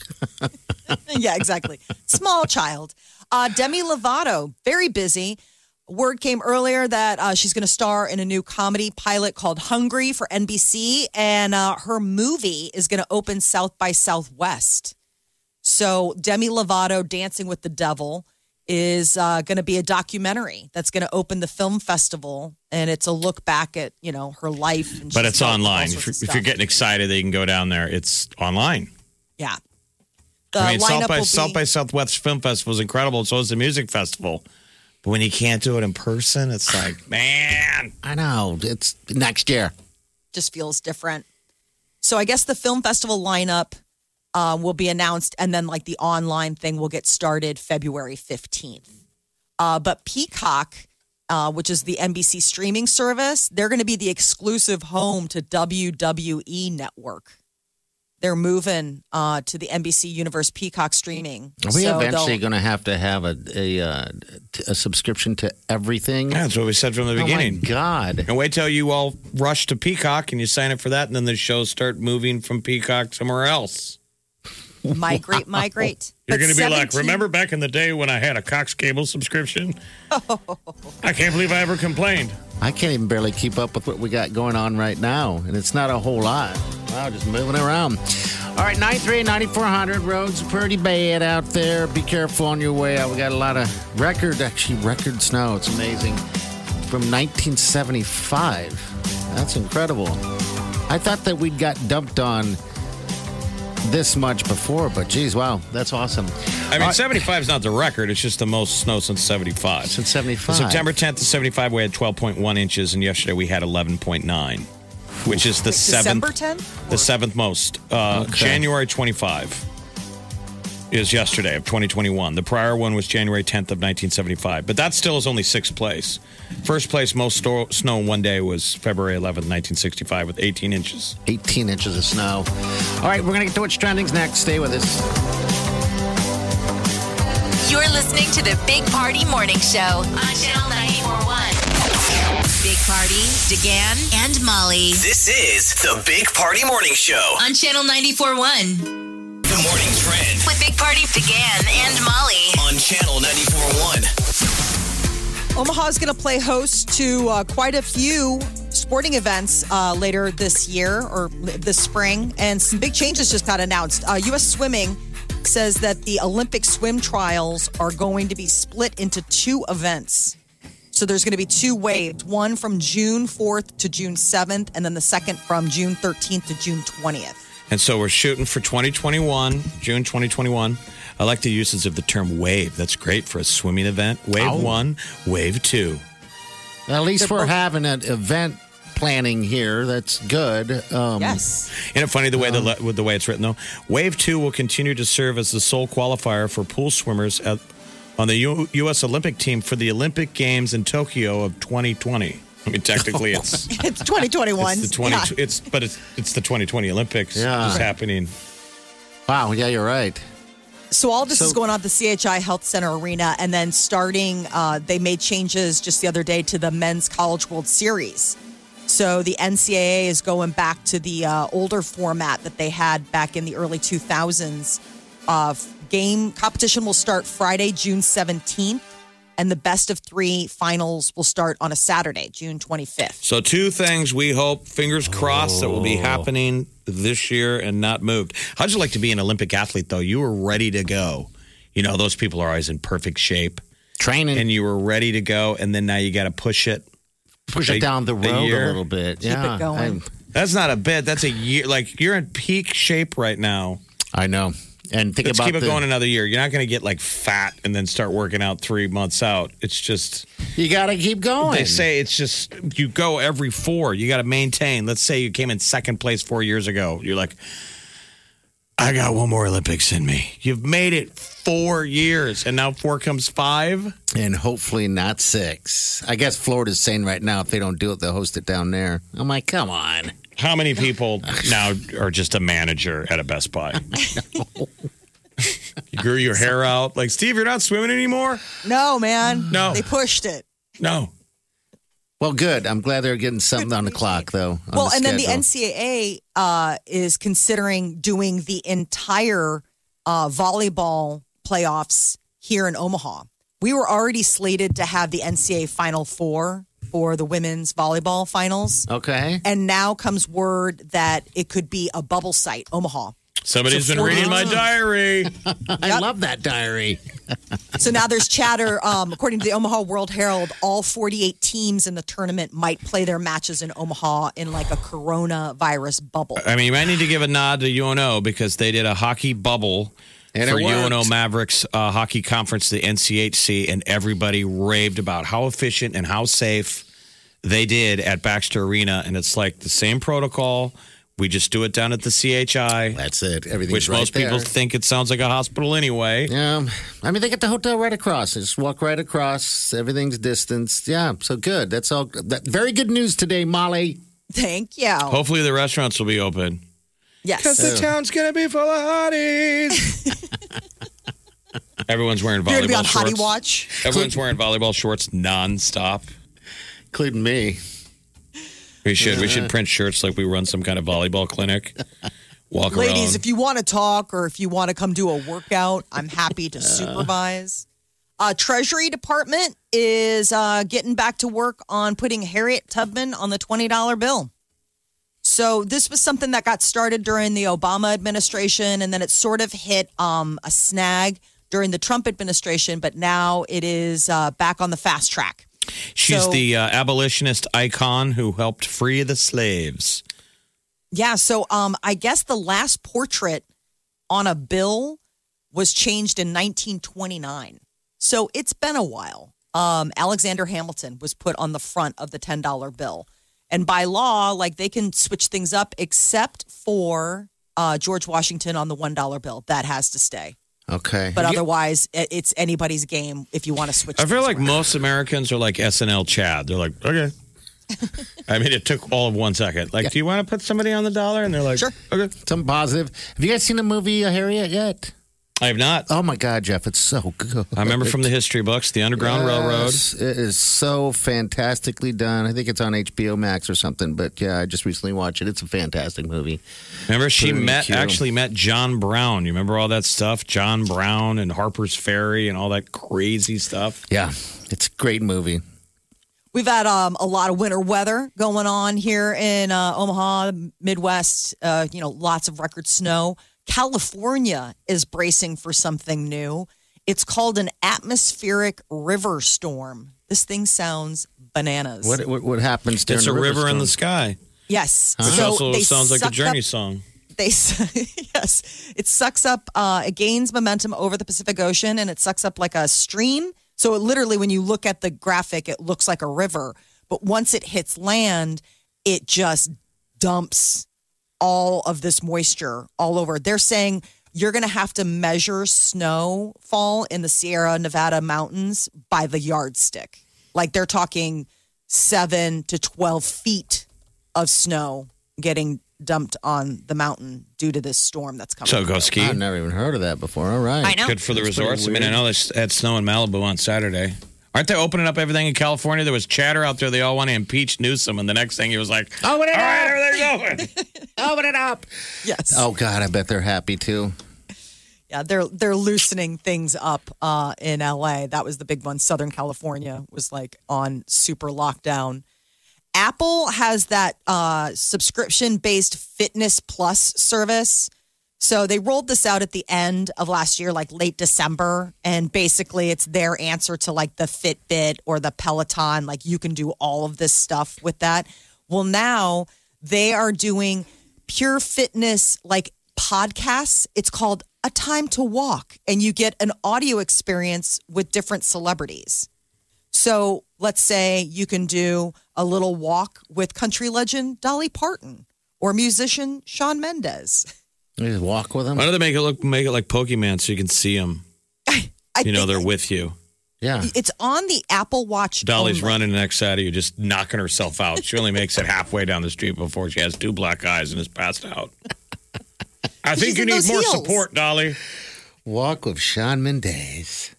[SPEAKER 4] yeah, exactly. Small child. Uh, Demi Lovato, very busy. Word came earlier that uh, she's going to star in a new comedy pilot called Hungry for NBC, and uh, her movie is going to open South by Southwest. So, Demi Lovato, Dancing with the Devil, is uh, going to be a documentary that's going to open the film festival, and it's a look back at you know her life. And
[SPEAKER 3] But
[SPEAKER 4] she's
[SPEAKER 3] it's
[SPEAKER 4] done all
[SPEAKER 3] online.
[SPEAKER 4] sorts
[SPEAKER 3] If you're,
[SPEAKER 4] of
[SPEAKER 3] if you're
[SPEAKER 4] stuff.
[SPEAKER 3] getting excited, they can go down there. It's online.
[SPEAKER 4] yeah, the
[SPEAKER 3] I mean, South
[SPEAKER 4] lineup
[SPEAKER 3] by
[SPEAKER 4] will
[SPEAKER 3] South
[SPEAKER 4] be-
[SPEAKER 3] by Southwest Film Festival is incredible. So is the music festival. But when you can't do it in person, it's like man.
[SPEAKER 2] [LAUGHS] I know. It's next year.
[SPEAKER 4] just feels different. So I guess the film festival lineup uh, will be announced, and then like the online thing will get started February fifteenth. Uh, but Peacock, uh, which is the NBC streaming service, they're going to be the exclusive home to WWE Network. They're moving uh, to the NBC Universe Peacock streaming.
[SPEAKER 2] Are we
[SPEAKER 4] So
[SPEAKER 2] eventually
[SPEAKER 4] they'll-
[SPEAKER 2] going to have to have a a, uh, t- a subscription to everything?
[SPEAKER 3] Yeah, that's what we said from the
[SPEAKER 2] oh my
[SPEAKER 3] beginning.
[SPEAKER 2] God.
[SPEAKER 3] And wait till you all rush to Peacock and you sign up for that, and then the shows start moving from Peacock somewhere else.
[SPEAKER 2] [LAUGHS]
[SPEAKER 4] migrate, migrate.
[SPEAKER 6] You're
[SPEAKER 4] But
[SPEAKER 6] going to be like,
[SPEAKER 4] 17
[SPEAKER 6] remember back in the day when I had a Cox Cable subscription? I can't believe I ever complained.
[SPEAKER 2] I can't even barely keep up with what we got going on right now, and it's not a whole lot. Wow, just moving around. All right, 93 9400. Roads are pretty bad out there. Be careful on your way out. We got a lot of record, actually, record snow. It's amazing. From 1975. That's incredible. I thought that we'd got dumped on this much before, but geez, wow, that's awesome.
[SPEAKER 3] I mean, 75 is not the record. It's just the most snow since 75.
[SPEAKER 2] Since 75.
[SPEAKER 3] September 10th to 75, we had 12.1 inches, and yesterday we had 11.9, which is the
[SPEAKER 4] December
[SPEAKER 3] seventh,
[SPEAKER 4] tenth.
[SPEAKER 3] the seventh most. Uh,
[SPEAKER 2] Okay.
[SPEAKER 3] January 25 is yesterday of 2021. The prior one was January 10th of 1975, but that still is only sixth place. First place most sto- snow in one day was February 11th, 1965, with 18 inches.
[SPEAKER 2] 18 inches of snow. All right, we're going to get to what's trending's next. Stay with us.
[SPEAKER 1] You're listening to the Big Party Morning Show on Channel 941. Big Party, DeGan, and Molly
[SPEAKER 7] This is the Big Party Morning Show.
[SPEAKER 1] on Channel 941.
[SPEAKER 7] The morning trend
[SPEAKER 1] With Big Party, DeGan, and Molly.
[SPEAKER 7] on Channel 94.1.
[SPEAKER 4] Omaha is going to play host to uh, quite a few sporting events uh, later this year or l- this spring, and some big changes just got announced. Uh, U.S. Swimming says that the Olympic swim trials are going to be split into two events. So there's going to be two waves, one from June 4th to June 7th, and then the second from June 13th to June 20th.
[SPEAKER 3] And so we're shooting for 2021, June 2021. I like the usage of the term wave. That's great for a swimming event. Wave one, wave two.
[SPEAKER 2] At least we're having an event planning here. That's good.
[SPEAKER 3] Mm-hmm.
[SPEAKER 2] Um,
[SPEAKER 4] Yes.
[SPEAKER 3] Isn't it funny the way the le with the way it's written though? Wave two will continue to serve as the sole qualifier for pool swimmers at, on the U- U.S. Olympic team for the Olympic Games in Tokyo of 2020. I mean, technically, it's
[SPEAKER 4] It's 2021.
[SPEAKER 3] it's the 20
[SPEAKER 4] Yeah.
[SPEAKER 3] it's but it's it's the 2020 Olympics
[SPEAKER 2] Yeah.
[SPEAKER 3] just happening.
[SPEAKER 2] Wow. Yeah, you're right.
[SPEAKER 4] So all this
[SPEAKER 2] So-
[SPEAKER 4] is going on at the CHI Health Center Arena, and then starting, uh, they made changes just the other day to the Men's College World Series. So the NCAA is going back to the uh, older format that they had back in the early 2000s. Uh, f- game competition will start Friday, June 17th, and the best of three finals will start on a Saturday, June 25th.
[SPEAKER 3] So two things we hope, fingers crossed, that will be happening this year and not moved. How'd you like to be an Olympic athlete though? You were ready to go. You know, those people are always in perfect shape,
[SPEAKER 2] Training
[SPEAKER 3] and
[SPEAKER 2] and
[SPEAKER 3] you were ready to go, and then now you got to push it.
[SPEAKER 2] push it
[SPEAKER 3] a-
[SPEAKER 2] down the
[SPEAKER 3] a
[SPEAKER 2] road a,
[SPEAKER 3] year.
[SPEAKER 2] little bit.
[SPEAKER 4] Keep it
[SPEAKER 2] yeah.
[SPEAKER 4] going.
[SPEAKER 2] I-
[SPEAKER 3] That's not a bit. That's a year. Like you're in peak shape right now.
[SPEAKER 2] I know. And think
[SPEAKER 3] Let's
[SPEAKER 2] about
[SPEAKER 3] keep it
[SPEAKER 2] the-
[SPEAKER 3] going another year. You're not going to get like fat and then start working out three months out. It's just
[SPEAKER 2] You got to keep going.
[SPEAKER 3] they say it's just you go every four. You got to maintain. Let's say you came in second place four years ago. You're like, I got one more Olympics in me. You've made it four years, and now four comes five.
[SPEAKER 2] and hopefully not six. I guess Florida's saying right now if they don't do it, they'll host it down there. I'm like, come on.
[SPEAKER 3] How
[SPEAKER 2] [LAUGHS]
[SPEAKER 3] many people now are just a manager at a Best Buy? [LAUGHS] you grew your hair out. Like, Steve, you're not swimming anymore?
[SPEAKER 4] No, man.
[SPEAKER 3] No.
[SPEAKER 4] They pushed it.
[SPEAKER 3] No.
[SPEAKER 2] Well, good. I'm glad they're getting something on the clock, though. on
[SPEAKER 4] well, and then the
[SPEAKER 2] schedule.
[SPEAKER 4] NCAA uh, is considering doing the entire uh, volleyball playoffs here in Omaha. We were already slated to have the NCAA Final Four for the women's volleyball finals.
[SPEAKER 2] Okay. [LAUGHS]
[SPEAKER 4] And now comes word that it could be a bubble site, Omaha.
[SPEAKER 3] Somebody's been reading my diary.
[SPEAKER 2] I love that diary.
[SPEAKER 4] So now there's chatter. [LAUGHS] Um, according to the Omaha World Herald, all 48 teams in the tournament might play their matches in Omaha in like a coronavirus bubble.
[SPEAKER 3] I mean, you might need to give a nod to UNO because they did a hockey bubble
[SPEAKER 2] And
[SPEAKER 3] for
[SPEAKER 2] it worked.
[SPEAKER 3] UNO Mavericks uh, hockey conference, the NCHC, and everybody raved about how efficient and how safe they did at Baxter Arena. And it's like the same protocol. We just do it down at the CHI,
[SPEAKER 2] That's it. Everything's
[SPEAKER 3] which
[SPEAKER 2] right
[SPEAKER 3] most
[SPEAKER 2] there.
[SPEAKER 3] people think it sounds like a hospital anyway.
[SPEAKER 2] Yeah. I mean, they get the hotel right across. They just walk right across. Everything's distanced. Yeah. So good. That's all. That, very good news today, Molly.
[SPEAKER 4] Thank you.
[SPEAKER 3] Hopefully, the restaurants will be open.
[SPEAKER 4] Yes.
[SPEAKER 3] The town's going to be full of hotties. [LAUGHS] Everyone's wearing volleyball
[SPEAKER 4] You're going to be on
[SPEAKER 3] shorts.
[SPEAKER 4] Hottie Watch.
[SPEAKER 3] Everyone's wearing volleyball shorts nonstop.
[SPEAKER 2] Including me.
[SPEAKER 3] We should. We should print shirts like we run some kind of volleyball clinic. Walk
[SPEAKER 4] Ladies,
[SPEAKER 3] around.
[SPEAKER 4] if you want to talk or if you want to come do a workout, I'm happy to supervise. Uh, Treasury Department is uh, getting back to work on putting Harriet Tubman on the $20 bill. So this was something that got started during the Obama administration, and then it sort of hit um, a snag during the Trump administration, but now it is uh, back on the fast track.
[SPEAKER 3] She's
[SPEAKER 4] so-
[SPEAKER 3] the uh, abolitionist icon who helped free the slaves.
[SPEAKER 4] Yeah, so um, I guess the last portrait on a bill was changed in 1929. So it's been a while. Um, Alexander Hamilton was put on the front of the $10 bill. And by law, like they can switch things up except for uh, George Washington on the $1 bill. That has to stay.
[SPEAKER 2] Okay.
[SPEAKER 4] But otherwise, i- it's anybody's game if you want to switch
[SPEAKER 3] I feel
[SPEAKER 4] things
[SPEAKER 3] like
[SPEAKER 4] around.
[SPEAKER 3] most Americans are like SNL Chad. They're like, okay. [LAUGHS] I mean, it took all of one second. Like, do you want to put somebody on the dollar? And they're like,
[SPEAKER 4] Sure.
[SPEAKER 3] Okay.
[SPEAKER 2] Something positive. Have you guys seen the movie uh, Harriet yet?
[SPEAKER 3] I have not.
[SPEAKER 2] Oh my God, Jeff, it's so good.
[SPEAKER 3] I remember from the history books, the Underground Railroad.
[SPEAKER 2] Yes, It is so fantastically done. I think it's on HBO Max or something, but yeah, I just recently watched it. It's a fantastic movie.
[SPEAKER 3] Remember, she
[SPEAKER 2] Pretty
[SPEAKER 3] met
[SPEAKER 2] cute.
[SPEAKER 3] actually met John Brown. You remember all that stuff, John Brown and Harper's Ferry and all that crazy stuff.
[SPEAKER 2] Yeah, it's a great movie.
[SPEAKER 4] We've had um, a lot of winter weather going on here in uh, Omaha, Midwest. Uh, you know, lots of record snow. California is bracing for something new. It's called an atmospheric river storm. This thing sounds bananas.
[SPEAKER 2] What what, what happens during
[SPEAKER 3] It's a river in the
[SPEAKER 2] storm?
[SPEAKER 3] sky.
[SPEAKER 4] Yes,
[SPEAKER 3] Which
[SPEAKER 4] So
[SPEAKER 3] also
[SPEAKER 4] they
[SPEAKER 3] sounds like a
[SPEAKER 4] sucked
[SPEAKER 3] Journey
[SPEAKER 4] up-
[SPEAKER 3] song.
[SPEAKER 4] they s- [LAUGHS] yes, it sucks up. Uh, it gains momentum over the Pacific Ocean, and it sucks up like a stream. So it literally, when you look at the graphic, it looks like a river. But once it hits land, it just dumps all of this moisture all over. They're saying you're going to have to measure snowfall in the Sierra Nevada mountains by the yardstick. Like they're talking seven to 12 feet of snow getting dumped on the mountain due to this storm that's coming.
[SPEAKER 3] So go ski.
[SPEAKER 2] I've never even heard of that before. All right.
[SPEAKER 4] I know.
[SPEAKER 3] Good for the
[SPEAKER 2] That's
[SPEAKER 3] resorts. I
[SPEAKER 2] pretty
[SPEAKER 3] mean, I know they had snow in Malibu on Saturday. Aren't they opening up everything in California? There was chatter out there. They all want to impeach Newsom, and the next thing he was like, "All
[SPEAKER 2] Open it
[SPEAKER 3] right,
[SPEAKER 2] up.
[SPEAKER 3] everything's open."
[SPEAKER 2] Open it up.
[SPEAKER 4] Yes.
[SPEAKER 2] Oh God, I bet they're happy too.
[SPEAKER 4] Yeah, they're they're loosening things up uh, in LA. That was the big one. Southern California was like on super lockdown. Apple has that uh, subscription based fitness plus service. So they rolled this out at the end of last year, like late December, and basically it's their answer to like the Fitbit or the Peloton. Like you can do all of this stuff with that. Well, now They are doing pure fitness like podcasts. It's called A Time to Walk, and you get an audio experience with different celebrities. So let's say you can do a little walk with country legend Dolly Parton or musician Sean Mendez.
[SPEAKER 2] You just walk with them.
[SPEAKER 3] Why don't they make it look make it like Pokemon so you can see them?
[SPEAKER 4] I
[SPEAKER 3] You know
[SPEAKER 4] think
[SPEAKER 3] they're with you.
[SPEAKER 2] Yeah.
[SPEAKER 4] it's on the Apple Watch.
[SPEAKER 3] Dolly's
[SPEAKER 4] only.
[SPEAKER 3] running the next side of you, just knocking herself out. She only makes it halfway down the street before she has two black eyes and is passed out.
[SPEAKER 6] I think
[SPEAKER 4] She's
[SPEAKER 6] you
[SPEAKER 4] in
[SPEAKER 6] need
[SPEAKER 4] those
[SPEAKER 6] more
[SPEAKER 4] heels.
[SPEAKER 6] support, Dolly.
[SPEAKER 2] Walk with Sean Mendez.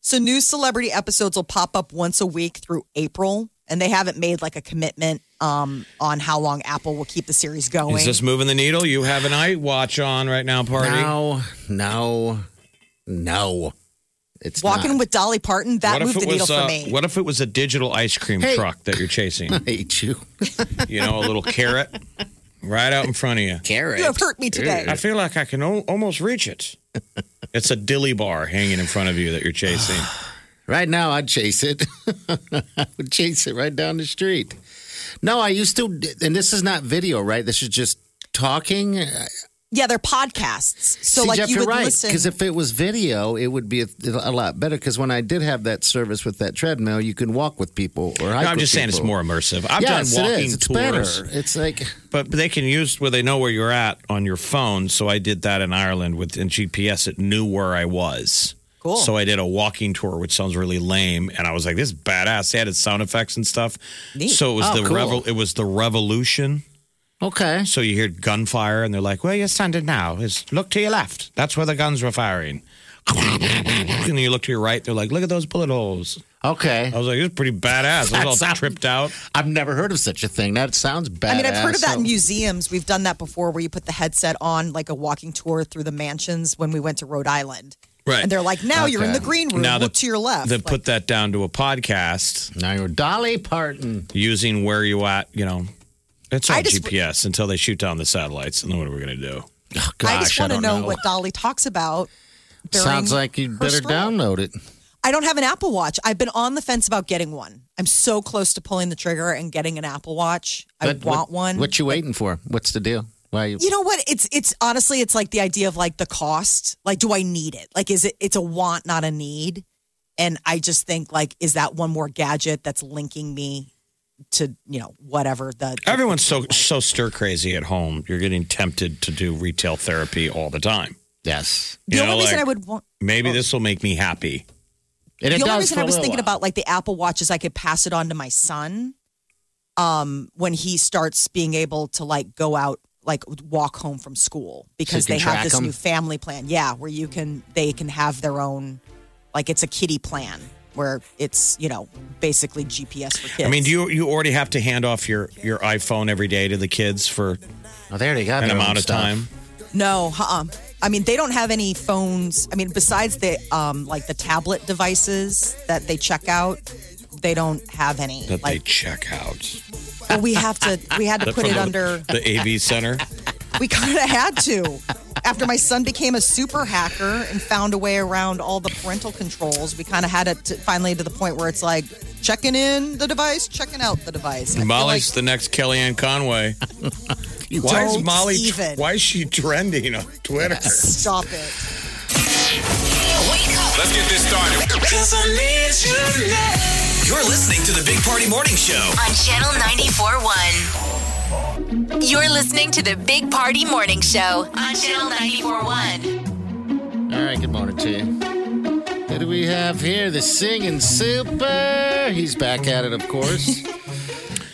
[SPEAKER 4] So new celebrity episodes will pop up once a week through April, and they haven't made like a commitment um, on how long Apple will keep the series going.
[SPEAKER 3] Is this moving the needle? You have an eye watch on right now, party.
[SPEAKER 2] No, no, no. It's
[SPEAKER 4] Walking
[SPEAKER 2] not.
[SPEAKER 4] with Dolly Parton that moved the needle
[SPEAKER 3] uh,
[SPEAKER 4] for me.
[SPEAKER 3] what if it was a digital ice cream
[SPEAKER 2] Hey.
[SPEAKER 3] truck that you're chasing?
[SPEAKER 2] hate you.
[SPEAKER 3] you know, a little carrot right out in front of you.
[SPEAKER 2] Carrot.
[SPEAKER 4] You have hurt me today.
[SPEAKER 3] I feel like I can al- almost reach it. It's a dilly bar hanging in front of you that you're chasing.
[SPEAKER 2] Right now, I'd chase it. [LAUGHS] I would chase it right down the street. No, I used to, and this is not video, right? This is just talking.
[SPEAKER 4] Yeah, they're podcasts. So
[SPEAKER 2] See,
[SPEAKER 4] like
[SPEAKER 2] Jeff,
[SPEAKER 4] you
[SPEAKER 2] are
[SPEAKER 4] would
[SPEAKER 2] right.
[SPEAKER 4] listen.
[SPEAKER 2] Because if it was video, it would be a, a lot better. Because when I did have that service with that treadmill, you can walk with people or hike
[SPEAKER 3] No, I'm
[SPEAKER 2] with
[SPEAKER 3] just saying it's
[SPEAKER 2] people.
[SPEAKER 3] more immersive. I've
[SPEAKER 2] yes,
[SPEAKER 3] done walking
[SPEAKER 2] it is. It's
[SPEAKER 3] tours,
[SPEAKER 2] better. It's like
[SPEAKER 3] but they can use where they know where you're at on your phone. So I did that in Ireland with in GPS. It knew where I was.
[SPEAKER 4] Cool.
[SPEAKER 3] So I did a walking tour, which sounds really lame, and I was like, "This is badass." They added sound effects and stuff. So it was
[SPEAKER 2] Oh,
[SPEAKER 3] the
[SPEAKER 2] cool.
[SPEAKER 3] revel. It was the revolution.
[SPEAKER 2] okay.
[SPEAKER 3] So you hear gunfire, and they're like, "Where you're standing now is look to your left. That's where the guns were firing." [LAUGHS] and then you look to your right. They're like, "Look at those bullet holes."
[SPEAKER 2] Okay,
[SPEAKER 3] I was like, "This is pretty badass." I was
[SPEAKER 2] That's-
[SPEAKER 3] all tripped out.
[SPEAKER 2] I've never heard of such a thing. That sounds bad.
[SPEAKER 4] I mean, I've heard of that in museums. We've done that before where you put the headset on, like a walking tour through the mansions when we went to Rhode Island.
[SPEAKER 3] Right.
[SPEAKER 4] And they're like, now you're in the
[SPEAKER 2] Okay.
[SPEAKER 4] green room.
[SPEAKER 3] Now
[SPEAKER 4] Look
[SPEAKER 3] the-
[SPEAKER 4] to your left.
[SPEAKER 3] They
[SPEAKER 4] Like,
[SPEAKER 3] put that down to a podcast.
[SPEAKER 2] Now you're Dolly Parton.
[SPEAKER 3] using where you at, you know. It's all
[SPEAKER 4] I just-
[SPEAKER 3] GPS until they shoot down the satellites, and then what are we going to do?
[SPEAKER 2] Oh,
[SPEAKER 4] I just
[SPEAKER 2] gosh,
[SPEAKER 4] want to
[SPEAKER 2] don't
[SPEAKER 4] know, what Dolly talks about. during
[SPEAKER 2] Sounds like you'd
[SPEAKER 4] her
[SPEAKER 2] better
[SPEAKER 4] stroll.
[SPEAKER 2] download it.
[SPEAKER 4] I don't have an Apple Watch. I've been on the fence about getting one. I'm so close to pulling the trigger and getting an Apple Watch. I
[SPEAKER 2] But
[SPEAKER 4] want
[SPEAKER 2] what,
[SPEAKER 4] one.
[SPEAKER 2] What you waiting for? What's the deal? Why you?
[SPEAKER 4] you know what? It's it's honestly it's like the idea of like the cost. Like, do I need it? Like, is it? It's a want, not a need. And I just think like, is that one more gadget that's linking me to you know whatever the
[SPEAKER 3] Everyone's so so stir crazy at home. You're getting tempted to do retail therapy all the time.
[SPEAKER 2] Yes,
[SPEAKER 4] the
[SPEAKER 3] you
[SPEAKER 4] only
[SPEAKER 3] know,
[SPEAKER 4] reason
[SPEAKER 3] like-
[SPEAKER 4] I would Oh. want
[SPEAKER 3] Maybe this will make me happy.
[SPEAKER 2] and it
[SPEAKER 4] the only
[SPEAKER 2] does
[SPEAKER 4] reason
[SPEAKER 2] for
[SPEAKER 4] I
[SPEAKER 2] a
[SPEAKER 4] was
[SPEAKER 2] little
[SPEAKER 4] thinking
[SPEAKER 2] while.
[SPEAKER 4] about like the Apple Watch is I could pass it on to my son um, when he starts being able to like go out like walk home from school because
[SPEAKER 2] can
[SPEAKER 4] they have
[SPEAKER 2] track
[SPEAKER 4] this
[SPEAKER 2] 'em?
[SPEAKER 4] new family plan. Yeah, where you can they can have their own like it's a kiddie plan where it's you know basically GPS for kids.
[SPEAKER 3] I mean, do you you already have to hand off your your iPhone every day to the kids for
[SPEAKER 2] Oh, they already got
[SPEAKER 3] an
[SPEAKER 2] their own
[SPEAKER 3] amount of
[SPEAKER 2] stuff.
[SPEAKER 3] time?
[SPEAKER 4] No, uh-uh. I mean, they don't have any phones. I mean, besides the um, like the tablet devices that they check out, they don't have any.
[SPEAKER 3] That they
[SPEAKER 4] like,
[SPEAKER 3] check out.
[SPEAKER 4] well, we have to, we
[SPEAKER 2] [LAUGHS]
[SPEAKER 4] had to put it
[SPEAKER 3] From
[SPEAKER 4] under.
[SPEAKER 3] the
[SPEAKER 4] [LAUGHS]
[SPEAKER 3] AV center.
[SPEAKER 4] We kind of had to. After my son became a super hacker and found a way around all the parental controls, we kind of had it to, finally to the point where it's like checking in the device, checking out the device. I feel
[SPEAKER 3] Molly's
[SPEAKER 4] like
[SPEAKER 3] the next Kellyanne Conway.
[SPEAKER 4] Why is Don't Molly- even. why
[SPEAKER 3] is she trending on Twitter?
[SPEAKER 4] stop it.
[SPEAKER 1] Wake up
[SPEAKER 7] Let's get this started. You're listening to the Big Party Morning Show.
[SPEAKER 1] on Channel 94.1. You're listening to the Big Party Morning Show on Channel 94.1.
[SPEAKER 2] All right, good morning to you. Who do we have here? The singing super. He's back at it, of course.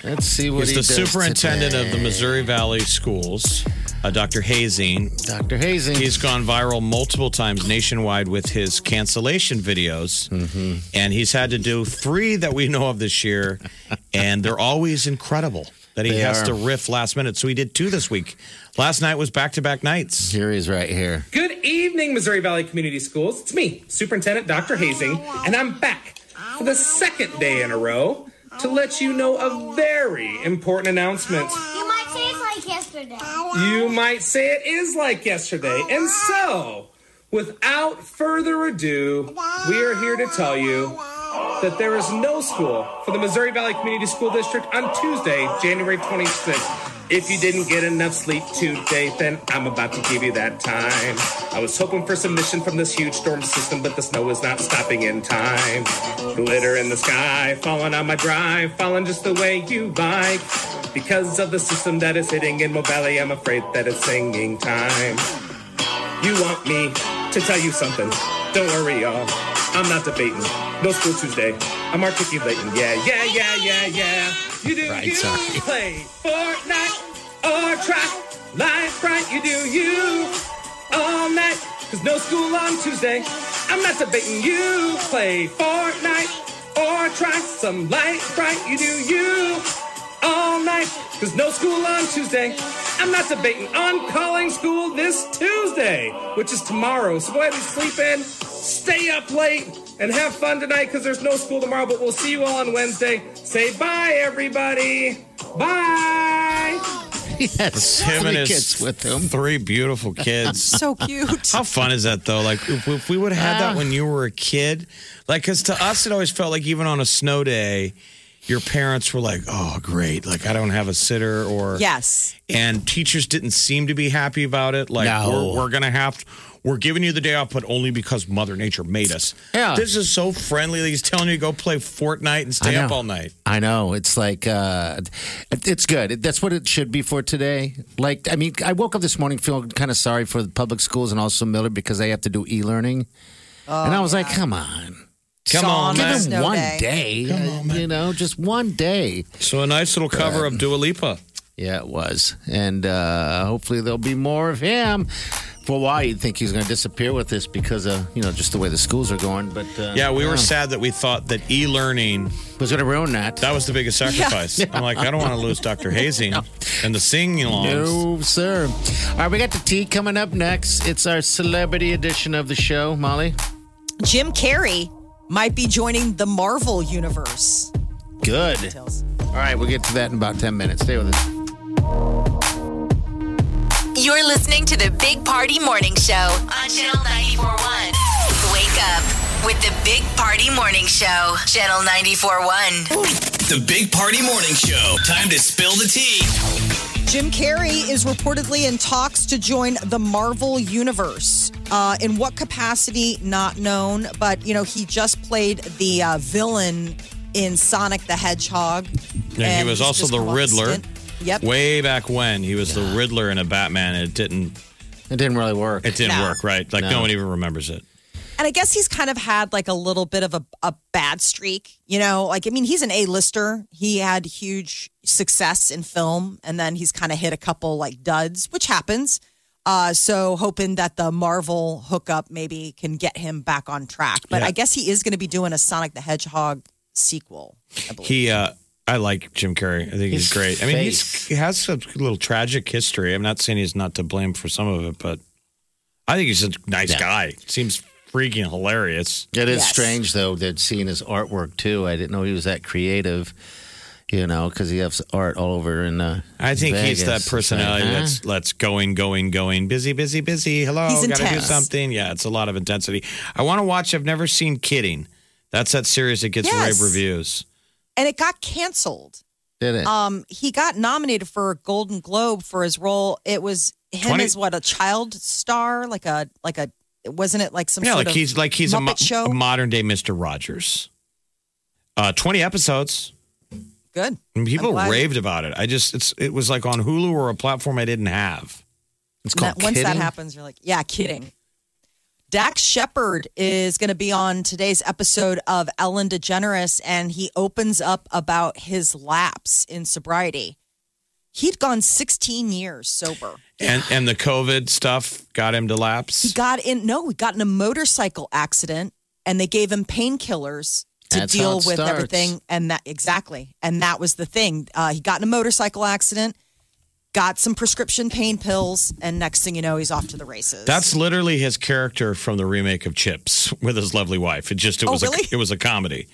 [SPEAKER 2] Let's see what
[SPEAKER 3] He's
[SPEAKER 2] he
[SPEAKER 3] the
[SPEAKER 2] does
[SPEAKER 3] superintendent of the
[SPEAKER 2] today.
[SPEAKER 3] Missouri Valley Schools, uh, Dr. Hazing.
[SPEAKER 2] Dr. Hazing.
[SPEAKER 3] He's gone viral multiple times nationwide with his cancellation videos,
[SPEAKER 2] Mm-hmm.
[SPEAKER 3] and he's had to do three that we know of this year, and they're always incredible. That he
[SPEAKER 2] They
[SPEAKER 3] has
[SPEAKER 2] are.
[SPEAKER 3] to riff last minute, so he did two this week. Last night was back to back nights.
[SPEAKER 2] here. He's right here. [LAUGHS]
[SPEAKER 10] Good evening, Missouri Valley Community Schools. It's me, Superintendent Dr. Hazing, and I'm back for the second day in a row to let you know a very important announcement.
[SPEAKER 11] You might say it's like yesterday.
[SPEAKER 10] You might say it is like yesterday. And so, without further ado, we are here to tell you that there is no school for the Missouri Valley Community School District on Tuesday, January 26th. If you didn't get enough sleep today, then I'm about to give you that time. I was hoping for submission from this huge storm system, but the snow is not stopping in time. Glitter in the sky, falling on my drive, falling just the way you like. Because of the system that is hitting in Mo Valley, I'm afraid that it's singing time. You want me to tell you something? Don't worry, y'all. I'm not debating. No school Tuesday. I'm articulating. Yeah, yeah, yeah, yeah, yeah. You do
[SPEAKER 2] Right,
[SPEAKER 10] you
[SPEAKER 2] sorry.
[SPEAKER 10] play Fortnite or try life right. You do you all night. Cause no school on Tuesday. I'm not debating. You play Fortnite or try some life right. You do you all night. Cause no school on Tuesday. I'm not debating. I'm calling school this Tuesday, which is tomorrow. So go ahead and sleep in, stay up late, and have fun tonight because there's no school tomorrow. But we'll see you all on Wednesday. Say bye, everybody. Bye.
[SPEAKER 2] Yes,
[SPEAKER 3] him and
[SPEAKER 2] three
[SPEAKER 3] his
[SPEAKER 2] kids with him.
[SPEAKER 3] Three beautiful
[SPEAKER 4] [LAUGHS]
[SPEAKER 3] kids.
[SPEAKER 4] so cute.
[SPEAKER 3] How fun is that though? Like if, if we would have had that when you were a kid, like because to us it always felt like even on a snow day, your parents were like, "Oh, great! Like I don't have a sitter," or
[SPEAKER 4] Yes.
[SPEAKER 3] and teachers didn't seem to be happy about it. Like
[SPEAKER 2] No.
[SPEAKER 3] we're, we're gonna have. We're giving you the day off, but only because Mother Nature made us.
[SPEAKER 2] Yeah.
[SPEAKER 3] This is so friendly. that He's telling you to go play Fortnite and stay
[SPEAKER 2] I
[SPEAKER 3] up
[SPEAKER 2] know.
[SPEAKER 3] all night.
[SPEAKER 2] I know. It's like uh, it- it's good. That's what it should be for today. Like, I mean, I woke up this morning feeling kind of sorry for the public schools and also Miller because they have to do e-learning, and I was like, come on,
[SPEAKER 3] Come on,
[SPEAKER 2] give
[SPEAKER 3] man.
[SPEAKER 2] them
[SPEAKER 4] Snow
[SPEAKER 2] one
[SPEAKER 4] day.
[SPEAKER 2] day, you know, just one day.
[SPEAKER 3] So a nice little cover of Dua Lipa.
[SPEAKER 2] Yeah, it was, and uh, hopefully there'll be more of him. For a while, you'd think he's going to disappear with this because of you know just the way the schools are going. But uh,
[SPEAKER 3] Yeah, we were sad that we thought that e-learning
[SPEAKER 2] was going to ruin that.
[SPEAKER 3] That was the biggest sacrifice. I'm like, I don't want to lose Dr. Hazing and the sing alongs.
[SPEAKER 2] No, sir. All right, we got the tea coming up next. It's our celebrity edition of the show, Molly.
[SPEAKER 4] Jim Carrey might be joining the Marvel universe.
[SPEAKER 2] Good. All right, we'll get to that in about 10 minutes. Stay with us.
[SPEAKER 1] You're listening to the Big Party Morning Show on Channel 941. Wake up with the Big Party Morning Show, Channel 941.
[SPEAKER 7] The Big Party Morning Show. Time to spill the tea.
[SPEAKER 4] Jim Carrey is reportedly in talks to join the Marvel Universe. Uh, in what capacity, not known, but you know, he just played the uh, villain in Sonic the Hedgehog.
[SPEAKER 3] Yeah, he was
[SPEAKER 4] he's
[SPEAKER 3] also
[SPEAKER 4] just
[SPEAKER 3] the
[SPEAKER 4] come off a
[SPEAKER 3] Riddler.
[SPEAKER 4] stint. Yep.
[SPEAKER 3] Way back when he was the Riddler in a Batman, it didn't
[SPEAKER 2] It didn't really work.
[SPEAKER 3] it didn't
[SPEAKER 4] No.
[SPEAKER 3] work, right? Like no.
[SPEAKER 2] No.
[SPEAKER 3] one even remembers it.
[SPEAKER 4] And I guess he's kind of had like a little bit of a, a bad streak, you know? Like, I mean, he's an A lister. He had huge success in film, and then he's kind of hit a couple like duds, which happens. Uh, so, hoping that the Marvel hookup maybe can get him back on track. But
[SPEAKER 3] Yeah.
[SPEAKER 4] I guess he is going to be doing a Sonic the Hedgehog sequel.
[SPEAKER 3] He uh I like Jim Carrey. I think he's
[SPEAKER 2] His
[SPEAKER 3] great. I mean, he's, he has a little tragic history. I'm not saying he's not to blame for some of it, but I think he's a nice guy. Seems freaking hilarious.
[SPEAKER 2] It is
[SPEAKER 4] Yes.
[SPEAKER 2] strange, though, that seeing his artwork, too. I didn't know he was that creative, you know, because he has art all over. In, uh,
[SPEAKER 3] I think
[SPEAKER 2] Vegas.
[SPEAKER 3] he's that personality
[SPEAKER 2] It's like, huh?
[SPEAKER 3] that's let's going, going, going, busy, busy, busy. Hello,
[SPEAKER 4] He's
[SPEAKER 3] gotta do
[SPEAKER 4] intense.
[SPEAKER 3] something. Yeah, it's a lot of intensity. I want to watch. I've never seen Kidding. That's that series that gets
[SPEAKER 4] Yes.
[SPEAKER 3] rave reviews.
[SPEAKER 4] And it got canceled.
[SPEAKER 2] Did it?
[SPEAKER 4] Um, he got nominated for a Golden Globe for his role. It was him
[SPEAKER 3] 20
[SPEAKER 4] as what a child star, like a like a wasn't it like some
[SPEAKER 3] Yeah,
[SPEAKER 4] sort
[SPEAKER 3] like
[SPEAKER 4] of
[SPEAKER 3] he's like he's a,
[SPEAKER 4] Muppet
[SPEAKER 3] mo-
[SPEAKER 4] show?
[SPEAKER 3] a modern day Mister Rogers. Uh, Twenty episodes.
[SPEAKER 4] good.
[SPEAKER 3] And people
[SPEAKER 4] I'm glad.
[SPEAKER 3] raved about it. I just it's it was like on Hulu or a platform I didn't have.
[SPEAKER 2] It's
[SPEAKER 4] And
[SPEAKER 2] called
[SPEAKER 4] that- once that
[SPEAKER 2] Kidding?
[SPEAKER 4] happens, you're like, yeah, kidding. Dax Shepard is going to be on today's episode of Ellen DeGeneres, and he opens up about his lapse in sobriety. He'd gone 16 years sober.
[SPEAKER 3] And and the COVID stuff got him to lapse.
[SPEAKER 4] He got in, no, he got in a motorcycle accident, and they gave him painkillers to
[SPEAKER 2] That's how
[SPEAKER 4] deal
[SPEAKER 2] it
[SPEAKER 4] with
[SPEAKER 2] starts.
[SPEAKER 4] everything. And that, exactly. And that was the thing. Uh, he got in a motorcycle accident, got some prescription pain pills, and next thing you know, he's off to the races.
[SPEAKER 3] That's literally his character from the remake of Chips with his lovely wife. It just it
[SPEAKER 4] Oh,
[SPEAKER 3] was
[SPEAKER 4] really?
[SPEAKER 3] a, it was a comedy.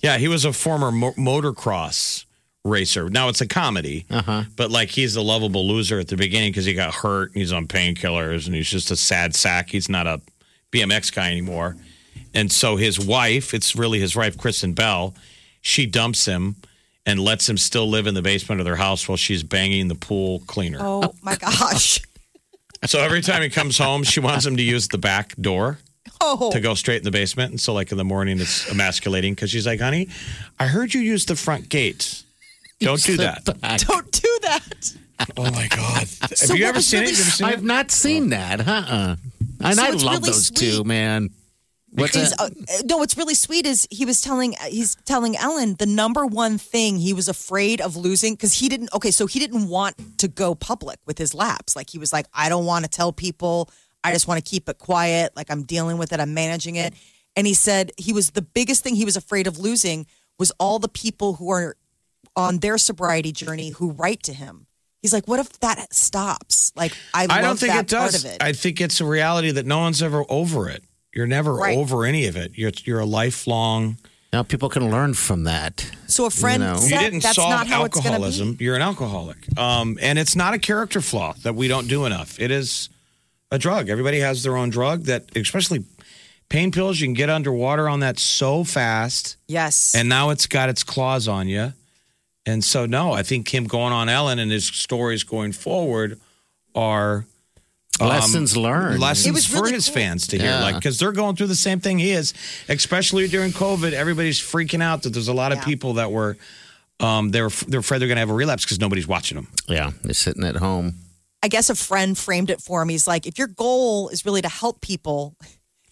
[SPEAKER 3] Yeah, he was a former mo- motocross racer. Now it's a comedy, uh-huh. but like he's the lovable loser at the beginning because he got hurt and he's on painkillers and he's just a sad sack. He's not a BMX guy anymore. And so his wife, it's really his wife, Kristen Bell, she dumps him and lets him still live in the basement of their house while she's banging the pool cleaner.
[SPEAKER 4] Oh my gosh. [LAUGHS]
[SPEAKER 3] So every time he comes home, she wants him to use the back door
[SPEAKER 4] Oh.
[SPEAKER 3] to go straight in the basement. And so, like in the morning, it's emasculating because she's like, "Honey, I heard you use the front gate. Don't do that."
[SPEAKER 4] Don't do that.
[SPEAKER 3] Oh my god! Have
[SPEAKER 2] So
[SPEAKER 3] you
[SPEAKER 2] what
[SPEAKER 3] ever
[SPEAKER 2] was
[SPEAKER 3] seen
[SPEAKER 2] really
[SPEAKER 3] it? You ever seen
[SPEAKER 2] [LAUGHS] I've
[SPEAKER 3] it?
[SPEAKER 2] not seen
[SPEAKER 3] Oh.
[SPEAKER 2] that, huh? And
[SPEAKER 4] So
[SPEAKER 2] I
[SPEAKER 4] it's
[SPEAKER 2] love
[SPEAKER 4] really
[SPEAKER 2] those
[SPEAKER 4] sweet.
[SPEAKER 2] two, man. What's
[SPEAKER 4] Because,
[SPEAKER 2] that?
[SPEAKER 4] uh, no, what's really sweet is he was telling uh, he's telling Ellen the number one thing he was afraid of losing because he didn't. Okay, so he didn't want to go public with his laps. Like he was like, I don't want to tell people. I just want to keep it quiet. Like I'm dealing with it. I'm managing it. And he said he was the biggest thing he was afraid of losing was all the people who are on their sobriety journey who write to him. He's like, what if that stops? Like I,
[SPEAKER 3] I don't
[SPEAKER 4] love
[SPEAKER 3] think
[SPEAKER 4] that
[SPEAKER 3] it does.
[SPEAKER 4] part of it.
[SPEAKER 3] I think it's a reality that no one's ever over it. You're never
[SPEAKER 4] Right.
[SPEAKER 3] over any of it. You're you're a lifelong.
[SPEAKER 2] Now people can learn from that.
[SPEAKER 4] so a friend
[SPEAKER 2] know.
[SPEAKER 4] said
[SPEAKER 3] You didn't
[SPEAKER 4] that's
[SPEAKER 3] solve
[SPEAKER 4] not how it's going to be.
[SPEAKER 3] alcoholism. You're an alcoholic, um, and it's not a character flaw that we don't do enough. It is a drug. Everybody has their own drug. That especially pain pills. You can get underwater on that so fast.
[SPEAKER 4] Yes.
[SPEAKER 3] and now it's got its claws on you. And so, no, I think him going on Ellen and his stories going forward are um,
[SPEAKER 2] Lessons learned.
[SPEAKER 3] Lessons
[SPEAKER 4] It was
[SPEAKER 3] for
[SPEAKER 4] really
[SPEAKER 3] his
[SPEAKER 4] cool.
[SPEAKER 3] fans to hear,
[SPEAKER 2] Yeah.
[SPEAKER 3] like because they're going through the same thing he is. Especially during COVID, everybody's freaking out that there's a lot of
[SPEAKER 4] Yeah.
[SPEAKER 3] people that were um, they're they're afraid they're going to have a relapse because nobody's watching them.
[SPEAKER 2] Yeah, they're sitting at home.
[SPEAKER 4] I guess a friend framed it for him. He's like, if your goal is really to help people,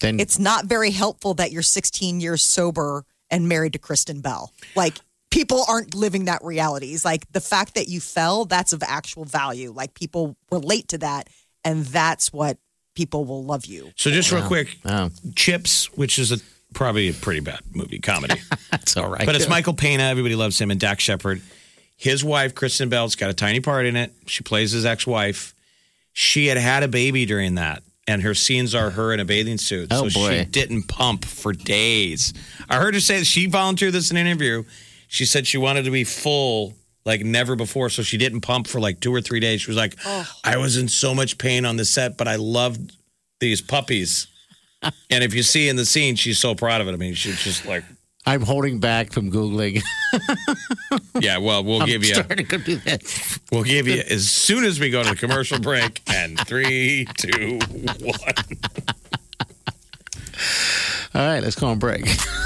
[SPEAKER 2] Then
[SPEAKER 4] it's not very helpful that you're 16 years sober and married to Kristen Bell. Like, people aren't living that reality. He's like, the fact that you fell, that's of actual value. Like, people relate to that, and that's what people will love you.
[SPEAKER 3] So just real quick,
[SPEAKER 2] oh,
[SPEAKER 3] Chips, which is a probably a pretty bad
[SPEAKER 2] [LAUGHS]
[SPEAKER 3] movie comedy.
[SPEAKER 2] that's all right.
[SPEAKER 3] But it's Michael Pena. Everybody loves him. And Dak Shepard. His wife, Kristen Bell's got a tiny part in it. She plays his ex wife. She had had a baby during that. And her scenes are her in a bathing suit.
[SPEAKER 2] Oh,
[SPEAKER 3] so she
[SPEAKER 2] boy.
[SPEAKER 3] didn't pump for days. I heard her say that she volunteered this in an interview. She said she wanted to be full like never before. So she didn't pump for like two or three days. She was like, I was in so much pain on the set, but I loved these puppies. and if you see in the scene, she's so proud of it. I mean, she's just like,
[SPEAKER 2] I'm holding back from googling.
[SPEAKER 3] yeah, well, we'll give you.
[SPEAKER 2] Starting to do that.
[SPEAKER 3] We'll give you as soon as we go to the commercial break. And three, two, one.
[SPEAKER 2] All right, let's go on break.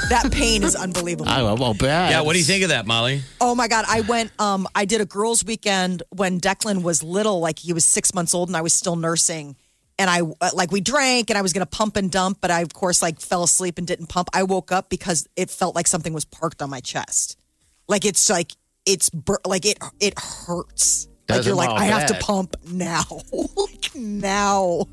[SPEAKER 4] That pain is unbelievable.
[SPEAKER 2] I oh, won't bet.
[SPEAKER 3] Yeah, what do you think of that, Molly?
[SPEAKER 4] Oh my God. I went, um, I did a girls' weekend when Declan was little, like he was six months old and I was still nursing. And I, uh, like, we drank and I was going to pump and dump, but I, of course, like fell asleep and didn't pump. I woke up because it felt like something was parked on my chest. Like, it's like, it's bur- like it, it hurts. like,
[SPEAKER 2] Doesn't
[SPEAKER 4] you're like,
[SPEAKER 2] all
[SPEAKER 4] I have to
[SPEAKER 2] bad.
[SPEAKER 4] pump now. [LAUGHS] like, now.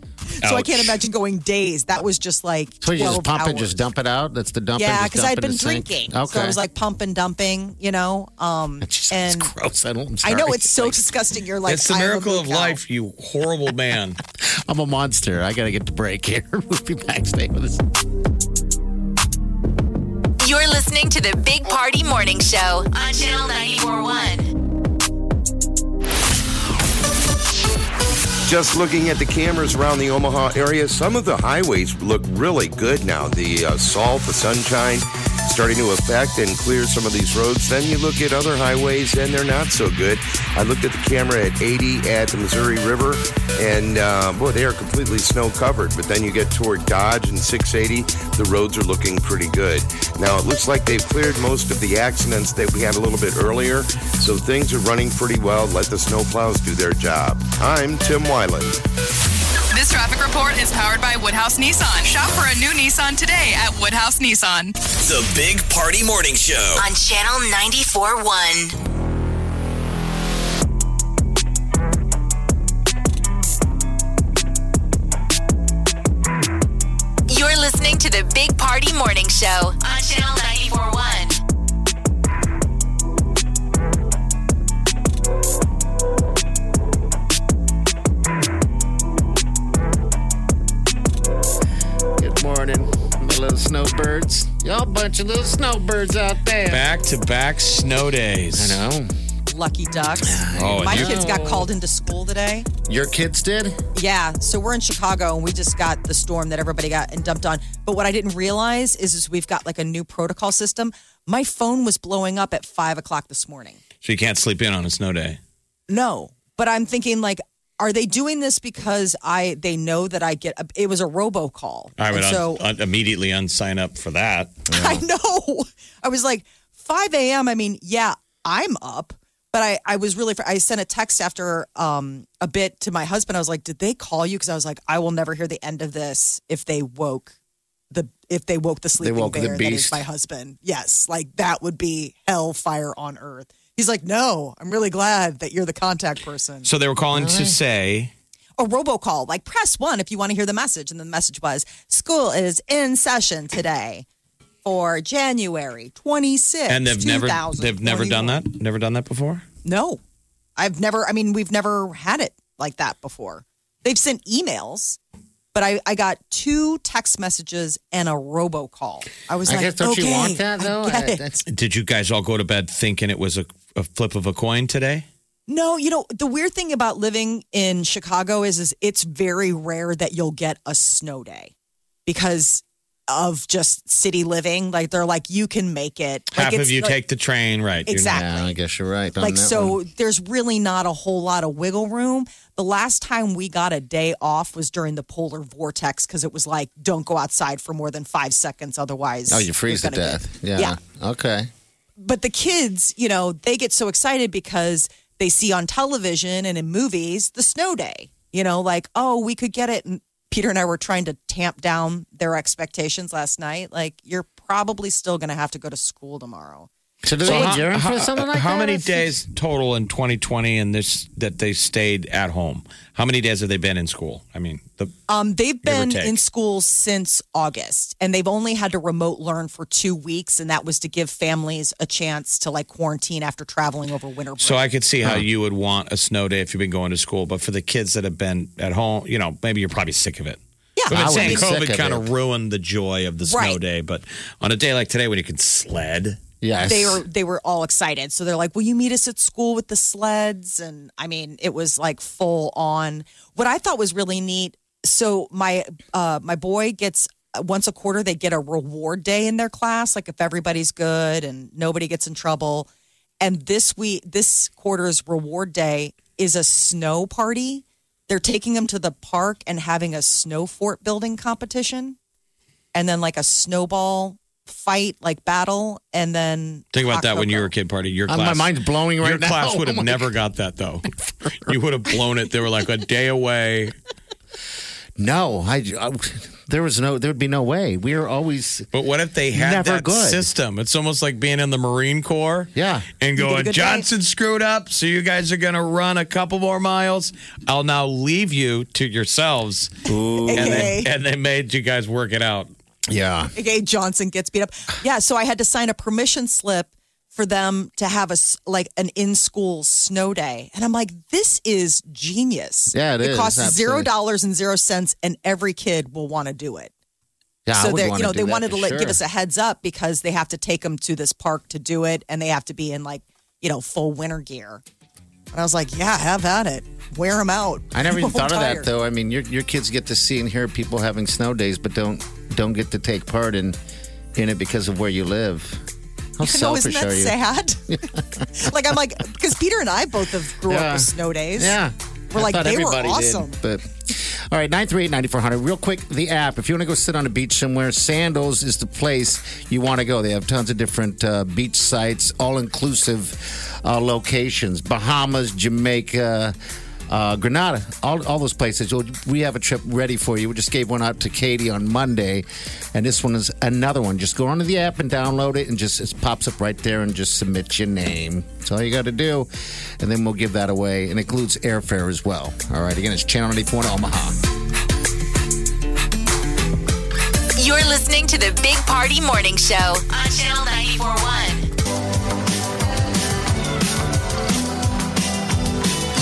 [SPEAKER 4] So I can't
[SPEAKER 3] Ouch.
[SPEAKER 4] imagine going days. That was just like,
[SPEAKER 2] So you
[SPEAKER 4] 12
[SPEAKER 2] just pump
[SPEAKER 4] hours.
[SPEAKER 2] it, just dump it out. That's the dump. and
[SPEAKER 4] Yeah,
[SPEAKER 2] just
[SPEAKER 4] because
[SPEAKER 2] dump
[SPEAKER 4] I'd
[SPEAKER 2] in
[SPEAKER 4] been
[SPEAKER 2] the sink?
[SPEAKER 4] drinking.
[SPEAKER 2] Okay,
[SPEAKER 4] So I was like pump and dumping, you know. Um,
[SPEAKER 2] Jeez,
[SPEAKER 4] and
[SPEAKER 2] it's gross. I don't. I'm
[SPEAKER 4] I know
[SPEAKER 2] sorry.
[SPEAKER 4] it's so disgusting. You're like,
[SPEAKER 3] it's the
[SPEAKER 4] I am a
[SPEAKER 3] miracle of
[SPEAKER 4] boot owl.
[SPEAKER 3] life, you horrible man.
[SPEAKER 2] I'm a monster. I gotta get to break here. [LAUGHS] We'll be back. Stay with us.
[SPEAKER 1] You're listening to the Big Party Morning Show on Channel 941.
[SPEAKER 12] Just looking at the cameras around the Omaha area, some of the highways look really good now. The uh, salt, the sunshine, starting to affect and clear some of these roads. Then you look at other highways, and they're not so good. I looked at the camera at 80 at the Missouri River, and uh, boy, they are completely snow covered. But then you get toward Dodge and 680, the roads are looking pretty good. Now it looks like they've cleared most of the accidents that we had a little bit earlier, so things are running pretty well. Let the snowplows do their job. I'm Tim Wyland.
[SPEAKER 13] This traffic report is powered by Woodhouse Nissan. Shop for a new Nissan today at Woodhouse Nissan.
[SPEAKER 7] The Big Party Morning Show.
[SPEAKER 1] On Channel 941. You're listening to the Big Party Morning Show on Channel 941.
[SPEAKER 2] Good morning, my little snowbirds. Y'all bunch of little snowbirds out there.
[SPEAKER 3] Back to back snow days.
[SPEAKER 2] I know.
[SPEAKER 4] lucky ducks.
[SPEAKER 2] Oh, and
[SPEAKER 4] My
[SPEAKER 2] you-
[SPEAKER 4] kids got called into school today.
[SPEAKER 2] Your kids did?
[SPEAKER 4] Yeah, so we're in Chicago and we just got the storm that everybody got and dumped on. But what I didn't realize is, is we've got like a new protocol system. My phone was blowing up at five o'clock this morning.
[SPEAKER 3] So you can't sleep in on a snow day.
[SPEAKER 4] No, but I'm thinking like, are they doing this because I they know that I get it was a robocall.
[SPEAKER 3] I would
[SPEAKER 4] And
[SPEAKER 3] un-
[SPEAKER 4] so
[SPEAKER 3] un- immediately unsign up for that.
[SPEAKER 4] [LAUGHS] I know. I was like, 5 a.m. I mean, yeah, I'm up. But I, I was really, I sent a text after um, a bit to my husband. I was like, did they call you? Because I was like, I will never hear the end of this if they woke the, if they woke the sleeping
[SPEAKER 2] woke the
[SPEAKER 4] bear that is
[SPEAKER 2] beast.
[SPEAKER 4] my husband. Yes. Like that would be hellfire on earth. He's like, no, I'm really glad that you're the contact person.
[SPEAKER 3] So they were calling to say,
[SPEAKER 4] a robocall, like press one if you want to hear the message. And the message was school is in session today for January 26th.
[SPEAKER 3] and they've never they've never done that, never done that before.
[SPEAKER 4] No, I've never, I mean, we've never had it like that before. They've sent emails, but I, I got two text messages and a robocall. I was
[SPEAKER 2] I
[SPEAKER 4] like,
[SPEAKER 2] guess don't
[SPEAKER 4] okay,
[SPEAKER 2] you want that
[SPEAKER 4] I
[SPEAKER 2] though?
[SPEAKER 4] get it.
[SPEAKER 3] Did you guys all go to bed thinking it was a, a flip of a coin today?
[SPEAKER 4] No, you know, the weird thing about living in Chicago is is it's very rare that you'll get a snow day because of just city living. Like they're like you can make it. Like,
[SPEAKER 3] Half of
[SPEAKER 4] it's
[SPEAKER 3] you
[SPEAKER 4] like-
[SPEAKER 3] take the train, right? You're not-
[SPEAKER 4] Exactly.
[SPEAKER 2] Yeah, I guess you're right. on
[SPEAKER 4] like
[SPEAKER 2] that
[SPEAKER 4] so
[SPEAKER 2] one.
[SPEAKER 4] there's really not a whole lot of wiggle room. The last time we got a day off was during the polar vortex because it was like don't go outside for more than 5 seconds otherwise
[SPEAKER 2] Oh, you freeze to
[SPEAKER 4] you're gonna
[SPEAKER 2] death.
[SPEAKER 4] get-
[SPEAKER 2] Yeah.
[SPEAKER 4] Yeah
[SPEAKER 2] Okay.
[SPEAKER 4] but the kids, you know, they get so excited because they see on television and in movies the snow day. You know, like, oh, we could get it. And Peter and I were trying to tamp down their expectations last night. Like, you're probably still going to have to go to school tomorrow.
[SPEAKER 2] So
[SPEAKER 4] do they adjourn for
[SPEAKER 3] how,
[SPEAKER 4] something like
[SPEAKER 3] how
[SPEAKER 4] that?
[SPEAKER 3] many
[SPEAKER 4] It's
[SPEAKER 3] days total in 2020 and this that they stayed at home? How many days have they been in school? I mean, the
[SPEAKER 4] Um, they've
[SPEAKER 3] Give or
[SPEAKER 4] been
[SPEAKER 3] take.
[SPEAKER 4] in school since August, and they've only had to remote learn for two weeks, and that was to give families a chance to like quarantine after traveling over winter break.
[SPEAKER 3] so I could see
[SPEAKER 4] Uh-huh.
[SPEAKER 3] how you would want a snow day if you've been going to school, but for the kids that have been at home, you know, maybe you're probably sick of it.
[SPEAKER 4] Yeah.
[SPEAKER 3] We've been
[SPEAKER 4] I would
[SPEAKER 3] saying
[SPEAKER 4] be sick
[SPEAKER 3] COVID
[SPEAKER 4] of
[SPEAKER 3] kind of
[SPEAKER 4] it.
[SPEAKER 3] ruined the joy of the snow
[SPEAKER 4] Right.
[SPEAKER 3] day, but on a day like today when you can sled, yes,
[SPEAKER 4] they were they were all excited. So they're like, "Will you meet us at school with the sleds?" And I mean, it was like full on. What I thought was really neat. So my uh, my boy gets uh, once a quarter they get a reward day in their class. Like if everybody's good and nobody gets in trouble. And this week, this quarter's reward day is a snow party. They're taking them to the park and having a snow fort building competition and then like a snowball fight, like battle, and then
[SPEAKER 3] Think about that when you were a kid party. Your
[SPEAKER 2] Uh,
[SPEAKER 3] class,
[SPEAKER 2] my mind's blowing right
[SPEAKER 3] your
[SPEAKER 2] now. [LAUGHS]
[SPEAKER 3] class would
[SPEAKER 2] Oh
[SPEAKER 3] have
[SPEAKER 2] my
[SPEAKER 3] never got that though. you would have blown it. They were like a day away.
[SPEAKER 2] No, I, I- There was no. There would be no way. We are always.
[SPEAKER 3] But what if they had
[SPEAKER 2] never
[SPEAKER 3] that
[SPEAKER 2] good.
[SPEAKER 3] system? It's almost like being in the Marine Corps.
[SPEAKER 2] Yeah,
[SPEAKER 3] and
[SPEAKER 2] You get a
[SPEAKER 3] going
[SPEAKER 2] good
[SPEAKER 3] Johnson screwed up, so you guys are going to run a couple more miles. I'll now leave you to yourselves. And, they,
[SPEAKER 4] AKA.
[SPEAKER 3] and they made you guys work it out.
[SPEAKER 2] Yeah.
[SPEAKER 4] Okay, [LAUGHS] Johnson gets beat up. Yeah, so I had to sign a permission slip for them to have a s- like an in school snow day, and I'm like, this is genius.
[SPEAKER 2] Yeah, it
[SPEAKER 4] it
[SPEAKER 2] is,
[SPEAKER 4] costs zero
[SPEAKER 2] absolutely.
[SPEAKER 4] dollars and zero cents, and every kid will want to do it.
[SPEAKER 2] Yeah, I
[SPEAKER 4] so
[SPEAKER 2] would
[SPEAKER 4] they,
[SPEAKER 2] wanna
[SPEAKER 4] you know,
[SPEAKER 2] do
[SPEAKER 4] they
[SPEAKER 2] that
[SPEAKER 4] wanted to
[SPEAKER 2] for
[SPEAKER 4] like, give
[SPEAKER 2] sure.
[SPEAKER 4] us a heads up because they have to take them to this park to do it, and they have to be in like, you know, full winter gear. And I was like, yeah, have at it, wear them out. [LAUGHS]
[SPEAKER 2] I never even
[SPEAKER 4] I'm
[SPEAKER 2] thought of that
[SPEAKER 4] tired.
[SPEAKER 2] though. I mean, your your kids get to see and hear people having snow days, but don't don't get to take part in in it because of where you live. How
[SPEAKER 4] I know, isn't
[SPEAKER 2] selfish
[SPEAKER 4] that
[SPEAKER 2] are you?
[SPEAKER 4] sad? [LAUGHS] like I'm like because Peter and I both have grew
[SPEAKER 2] Yeah.
[SPEAKER 4] up with snow days.
[SPEAKER 2] Yeah.
[SPEAKER 4] we're
[SPEAKER 2] I
[SPEAKER 4] like
[SPEAKER 2] thought
[SPEAKER 4] they were
[SPEAKER 2] everybody did,
[SPEAKER 4] awesome.
[SPEAKER 2] but all right, nine three eight ninety four hundred. Real quick, the app. If you want to go sit on a beach somewhere, Sandals is the place you want to go. They have tons of different uh, beach sites, all inclusive uh, locations: Bahamas, Jamaica. Uh, Granada, all, all those places. Well, We have a trip ready for you. We just gave one out to Katie on Monday, and this one is another one. Just go onto the app and download it, and just it pops up right there, and just submit your name. That's all you got to do, and then we'll give that away, and includes airfare as well. All right, again, it's Channel 94 in Omaha.
[SPEAKER 1] You're listening to the Big Party Morning Show on Channel 941.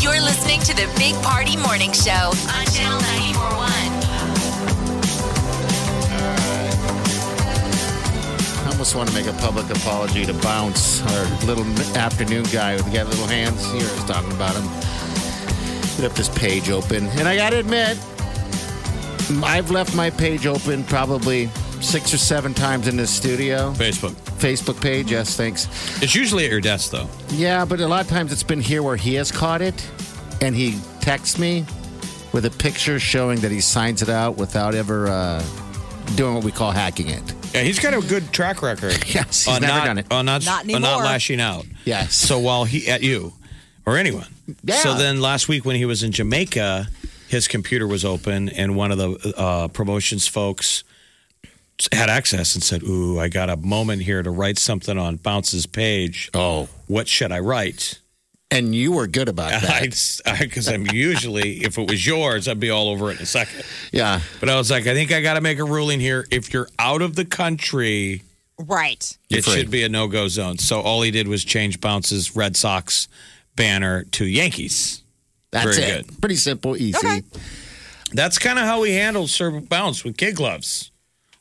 [SPEAKER 1] You're listening to the Big Party Morning Show on Channel 941.
[SPEAKER 2] How almost want to make a public apology to Bounce, our little afternoon guy who got little hands. Here I was talking about him. Put up this page open, and I got to admit, I've left my page open probably six or seven times in this studio.
[SPEAKER 3] Facebook.
[SPEAKER 2] Facebook page, yes, thanks.
[SPEAKER 3] It's usually at your desk, though.
[SPEAKER 2] Yeah, but a lot of times it's been here where he has caught it and he texts me with a picture showing that he signs it out without ever uh, doing what we call hacking it.
[SPEAKER 3] Yeah, he's got a good track record.
[SPEAKER 2] [LAUGHS] yes, he's
[SPEAKER 3] on
[SPEAKER 2] never
[SPEAKER 3] not,
[SPEAKER 2] done it.
[SPEAKER 3] On not,
[SPEAKER 2] Not
[SPEAKER 3] on not
[SPEAKER 2] anymore.
[SPEAKER 3] lashing out.
[SPEAKER 2] Yes.
[SPEAKER 3] So while he at you or anyone.
[SPEAKER 2] Yeah.
[SPEAKER 3] So then last week when he was in Jamaica, his computer was open and one of the uh, promotions folks had access and said, "Ooh, I got a moment here to write something on Bounce's page.
[SPEAKER 2] Oh,
[SPEAKER 3] what should I write?"
[SPEAKER 2] And you were good
[SPEAKER 3] [LAUGHS]
[SPEAKER 2] about that.
[SPEAKER 3] Because I'm usually, if it was yours, I'd be all over it in a second.
[SPEAKER 2] Yeah.
[SPEAKER 3] But I was like, I think I got to make a ruling here. If you're out of the country,
[SPEAKER 4] Right. [LAUGHS]
[SPEAKER 3] it should be a no go zone. So all he did was change Bounce's Red Sox banner to Yankees.
[SPEAKER 2] That's
[SPEAKER 3] Very
[SPEAKER 2] it.
[SPEAKER 3] good.
[SPEAKER 2] Pretty simple, easy.
[SPEAKER 3] That's kind of how we handle Sir Bounce with kid gloves.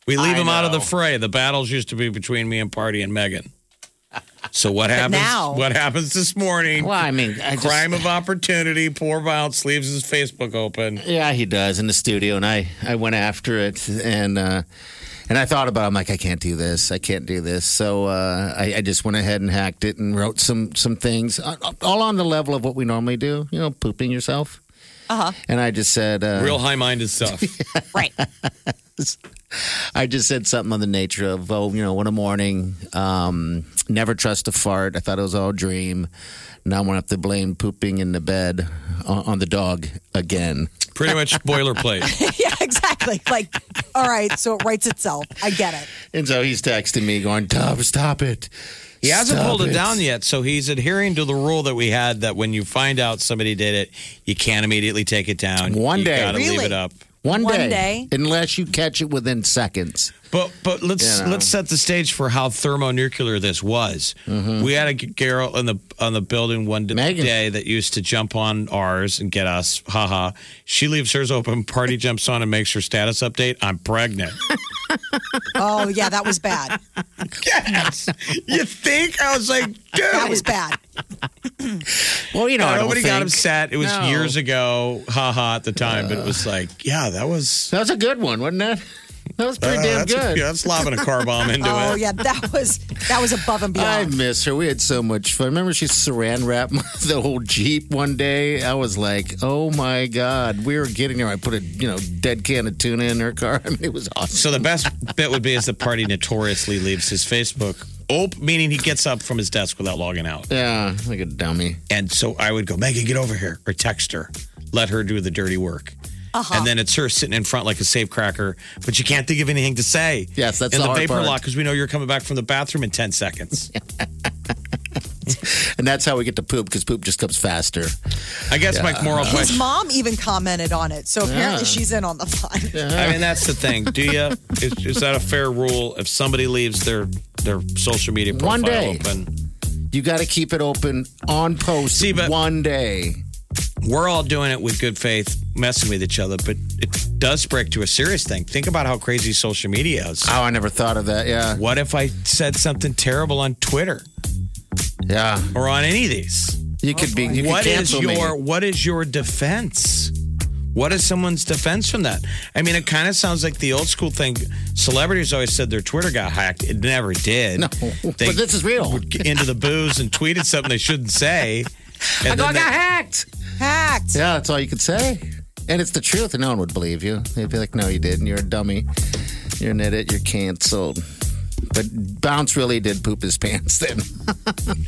[SPEAKER 3] We leave
[SPEAKER 2] I
[SPEAKER 3] him out of the
[SPEAKER 2] know.
[SPEAKER 3] fray. The battles used to be between me and Party and Megan. So what happens?
[SPEAKER 2] now-
[SPEAKER 3] what happens this morning?
[SPEAKER 2] Well, I mean, I just-
[SPEAKER 3] crime of opportunity. Poor Bounce leaves his Facebook open.
[SPEAKER 2] Yeah, he does in the studio, and I I went after it, and uh, and I thought about. It. I'm like, I can't do this. I can't do this. So uh, I, I just went ahead and hacked it and wrote some some things, uh, all on the level of what we normally do. You know, pooping yourself.
[SPEAKER 4] Uh huh.
[SPEAKER 2] And I just said, uh,
[SPEAKER 3] Real high
[SPEAKER 2] [LAUGHS]
[SPEAKER 3] minded stuff.
[SPEAKER 4] Right.
[SPEAKER 2] I just said something of the nature of, oh, you know, what a morning. Um, never trust a fart. I thought it was all a dream. Now I'm gonna have to blame pooping in the bed uh, on, on the dog again.
[SPEAKER 3] Pretty much boilerplate.
[SPEAKER 4] yeah, exactly. Like, all right, so it writes itself. I get it.
[SPEAKER 2] And so he's texting me, going, "Stop, stop it."
[SPEAKER 3] He hasn't
[SPEAKER 2] Stop
[SPEAKER 3] pulled it. down yet, so he's adhering to the rule that we had that when you find out somebody did it, you can't immediately take it down.
[SPEAKER 2] One
[SPEAKER 3] you
[SPEAKER 2] day.
[SPEAKER 3] gotta leave
[SPEAKER 2] Really?
[SPEAKER 3] it up.
[SPEAKER 2] One,
[SPEAKER 3] One
[SPEAKER 2] day,
[SPEAKER 3] day.
[SPEAKER 2] unless you catch it within seconds.
[SPEAKER 3] But but let's
[SPEAKER 2] You know.
[SPEAKER 3] let's set the stage for how thermonuclear this was.
[SPEAKER 2] Mm-hmm.
[SPEAKER 3] We had a g- girl in the on the building one d- day that used to jump on ours and get us. Haha. She leaves hers open. Party jumps on and makes her status update. I'm pregnant.
[SPEAKER 4] Oh, yeah, that was bad.
[SPEAKER 3] [LAUGHS] yes. You think? I was like, dude.
[SPEAKER 4] That was bad.
[SPEAKER 2] Well, you know, I don't
[SPEAKER 3] nobody got
[SPEAKER 2] think-
[SPEAKER 3] upset. It was
[SPEAKER 2] No.
[SPEAKER 3] years ago. Haha. At the time, but it was like, yeah, that was
[SPEAKER 2] that was a good one, wasn't it? That was pretty
[SPEAKER 3] Uh,
[SPEAKER 2] damn
[SPEAKER 3] that's a-
[SPEAKER 2] good.
[SPEAKER 3] yeah, that's lobbing a car bomb
[SPEAKER 2] [LAUGHS]
[SPEAKER 3] into
[SPEAKER 4] oh,
[SPEAKER 3] it.
[SPEAKER 4] yeah, that was that was above and
[SPEAKER 2] I
[SPEAKER 4] beyond.
[SPEAKER 2] miss her. We had so much fun. Remember, she saran wrapped [LAUGHS] my- the whole Jeep one day. I was like, "Oh my god, we were getting her." I put a you know dead can of tuna in her car. [LAUGHS] I mean, it was awesome.
[SPEAKER 3] So the best bit would be is the party notoriously leaves his Facebook open, meaning he gets up from his desk without logging out.
[SPEAKER 2] Yeah, like a dummy.
[SPEAKER 3] And so I would go, Megan, get over here, or text her, let her do the dirty work.
[SPEAKER 4] Uh-huh.
[SPEAKER 3] And then it's her sitting in front like a safe cracker, but you can't think of anything to say.
[SPEAKER 2] Yes, that's
[SPEAKER 3] in
[SPEAKER 2] the
[SPEAKER 3] the,
[SPEAKER 2] hard
[SPEAKER 3] vapor
[SPEAKER 2] part.
[SPEAKER 3] lock because we know you're coming back from the bathroom in ten seconds.
[SPEAKER 2] [LAUGHS] And that's how we get to poop because poop just comes faster.
[SPEAKER 3] I guess
[SPEAKER 2] Yeah.
[SPEAKER 3] my moral
[SPEAKER 4] His
[SPEAKER 3] question.
[SPEAKER 4] mom even commented on it, so apparently
[SPEAKER 3] Yeah.
[SPEAKER 4] she's in on the fun.
[SPEAKER 3] I mean, that's the thing.
[SPEAKER 2] [LAUGHS]
[SPEAKER 3] Do you? Is, is that a fair rule? If somebody leaves their their social media profile
[SPEAKER 2] One day.
[SPEAKER 3] open,
[SPEAKER 2] You got to keep it open on post one day.
[SPEAKER 3] we're all doing it with good faith, messing with each other, but it does break to a serious thing. Think about how crazy social media is.
[SPEAKER 2] Oh, I never thought of that. Yeah.
[SPEAKER 3] What if I said something terrible on Twitter?
[SPEAKER 2] Yeah.
[SPEAKER 3] Or on any of these?
[SPEAKER 2] You could be. You could
[SPEAKER 3] What is
[SPEAKER 2] cancel me.
[SPEAKER 3] your What is your defense? What is someone's defense from that? I mean, it kind of sounds like the old school thing. Celebrities always said their Twitter got hacked. It never did. No,
[SPEAKER 2] but this is real.
[SPEAKER 3] Into the booze and tweeted something they shouldn't say. And then they-
[SPEAKER 2] hacked.
[SPEAKER 4] Hacked.
[SPEAKER 2] Yeah, that's all you could say. And it's the truth, and no one would believe you. They'd be like, no, you didn't. You're a dummy. You're an idiot. You're canceled. But Bounce really did poop his [LAUGHS] pants then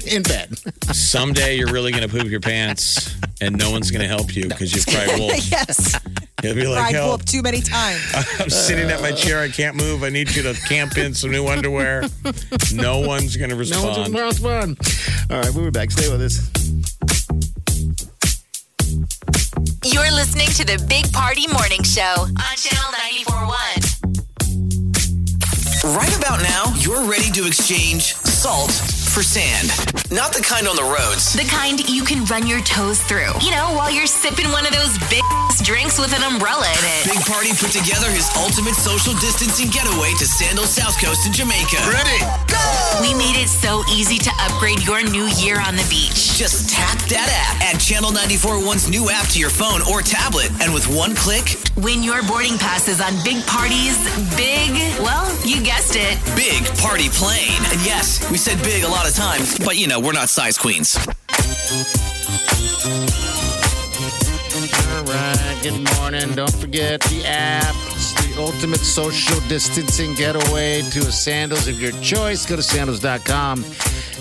[SPEAKER 2] in bed.
[SPEAKER 3] someday you're really going to poop your pants and no one's going to help you because you've cried wolf.
[SPEAKER 4] [LAUGHS] yes.
[SPEAKER 3] You'll be like, Uh,
[SPEAKER 4] Cried
[SPEAKER 3] help.
[SPEAKER 4] wolf too many times.
[SPEAKER 3] I'm sitting at my chair. I can't move. I need you to camp in some new underwear. No one's going to
[SPEAKER 2] No one's
[SPEAKER 3] respond.
[SPEAKER 2] where else fun. All right, we were back. Stay with us.
[SPEAKER 1] You're listening to the Big Party Morning Show on Channel 94.1.
[SPEAKER 7] Right about now, you're ready to exchange salt for sand. Not the kind on the roads.
[SPEAKER 1] The kind you can run your toes through. You know, while you're sipping one of those big drinks with an umbrella in it.
[SPEAKER 7] Big Party put together his ultimate social distancing getaway to Sandal South Coast in Jamaica. Ready?
[SPEAKER 1] We made it so easy to upgrade your new year on the beach.
[SPEAKER 7] Just tap that app. Add Channel 94.1's new app to your phone or tablet, and with one click,
[SPEAKER 1] Win your boarding passes on big parties, big, well, you guessed it.
[SPEAKER 7] Big Party Plane. And yes, we said big a lot of times, but you know, we're not size queens.
[SPEAKER 2] All right, good morning. Don't forget the app. It's the ultimate social distancing getaway to a sandals of your choice. Go to sandals.com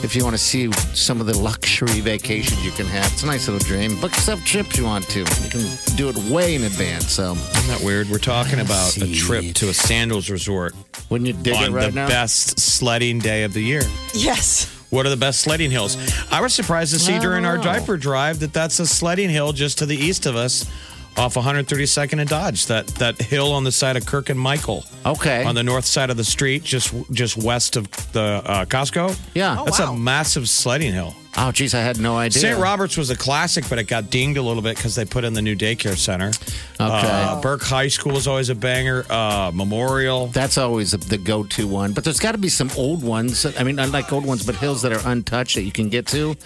[SPEAKER 2] if you want to see some of the luxury vacations you can have. It's a nice little dream. Book yourself trips you want to. You can do it way in advance. So
[SPEAKER 3] Isn't that weird? We're talking about a trip to a sandals resort.
[SPEAKER 2] Wouldn't you dig
[SPEAKER 3] on
[SPEAKER 2] it right
[SPEAKER 3] the
[SPEAKER 2] now?
[SPEAKER 3] best sledding day of the year.
[SPEAKER 4] Yes.
[SPEAKER 3] What are the best sledding hills? I was surprised to see during our diaper drive that that's a sledding hill just to the east of us off 132nd and Dodge. That that hill on the side of Kirk and Michael.
[SPEAKER 2] Okay.
[SPEAKER 3] On the north side of the street, just just west of the uh, Costco.
[SPEAKER 2] Yeah. Oh,
[SPEAKER 3] That's
[SPEAKER 2] wow.
[SPEAKER 3] a massive sledding hill.
[SPEAKER 2] Oh, geez, I had no idea.
[SPEAKER 3] St. Roberts was a classic, but it got dinged a little bit because they put in the new daycare center. Uh, Burke High School is always a banger. Uh, Memorial.
[SPEAKER 2] That's always the go-to one, but there's got to be some old ones. I mean, I like old ones, but hills that are untouched that you can get to.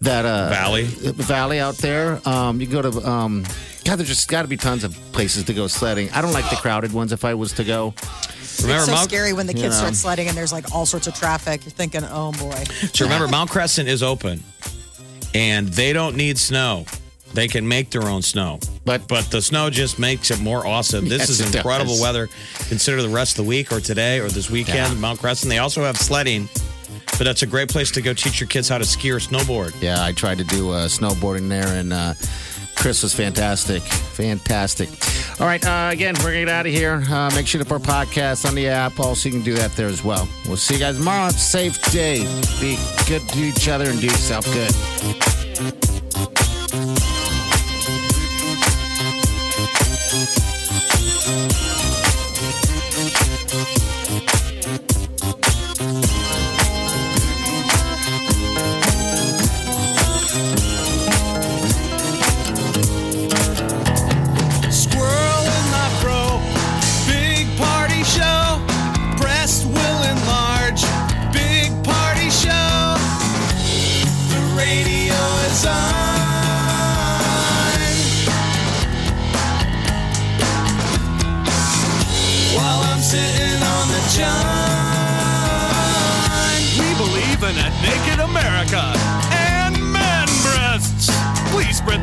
[SPEAKER 2] That uh,
[SPEAKER 3] Valley.
[SPEAKER 2] valley out there. Um, you go to. Um, God, there's just got to be tons of places to go sledding. I don't like the crowded ones. If I was to go,
[SPEAKER 4] it's so scary when the kids
[SPEAKER 2] Yeah.
[SPEAKER 4] start sledding and there's like all sorts of traffic. You're thinking, oh boy.
[SPEAKER 3] [LAUGHS] So remember, Mount Crescent is open, and they don't need snow. They can make their own snow,
[SPEAKER 2] but
[SPEAKER 3] but the snow just makes it more awesome. This
[SPEAKER 2] Yes,
[SPEAKER 3] is
[SPEAKER 2] it does.
[SPEAKER 3] incredible weather. Consider the rest of the week, or today, or this weekend,
[SPEAKER 2] Yeah.
[SPEAKER 3] Mount Crescent. They also have sledding, but that's a great place to go teach your kids how to ski or snowboard.
[SPEAKER 2] Yeah, I tried to do uh, snowboarding there, and uh, Chris was fantastic. Fantastic. All right, uh, again, we're going to get out of here. Uh, make sure to put podcast on the app. Also, you can do that there as well. We'll see you guys tomorrow. Have a safe day. Be good to each other and do yourself good.
[SPEAKER 14] Squirrel in my bro. Big party show. Breast will enlarge. Big party show. The radio is on. While I'm sitting on the john. We believe in a naked America and man breasts. Please spread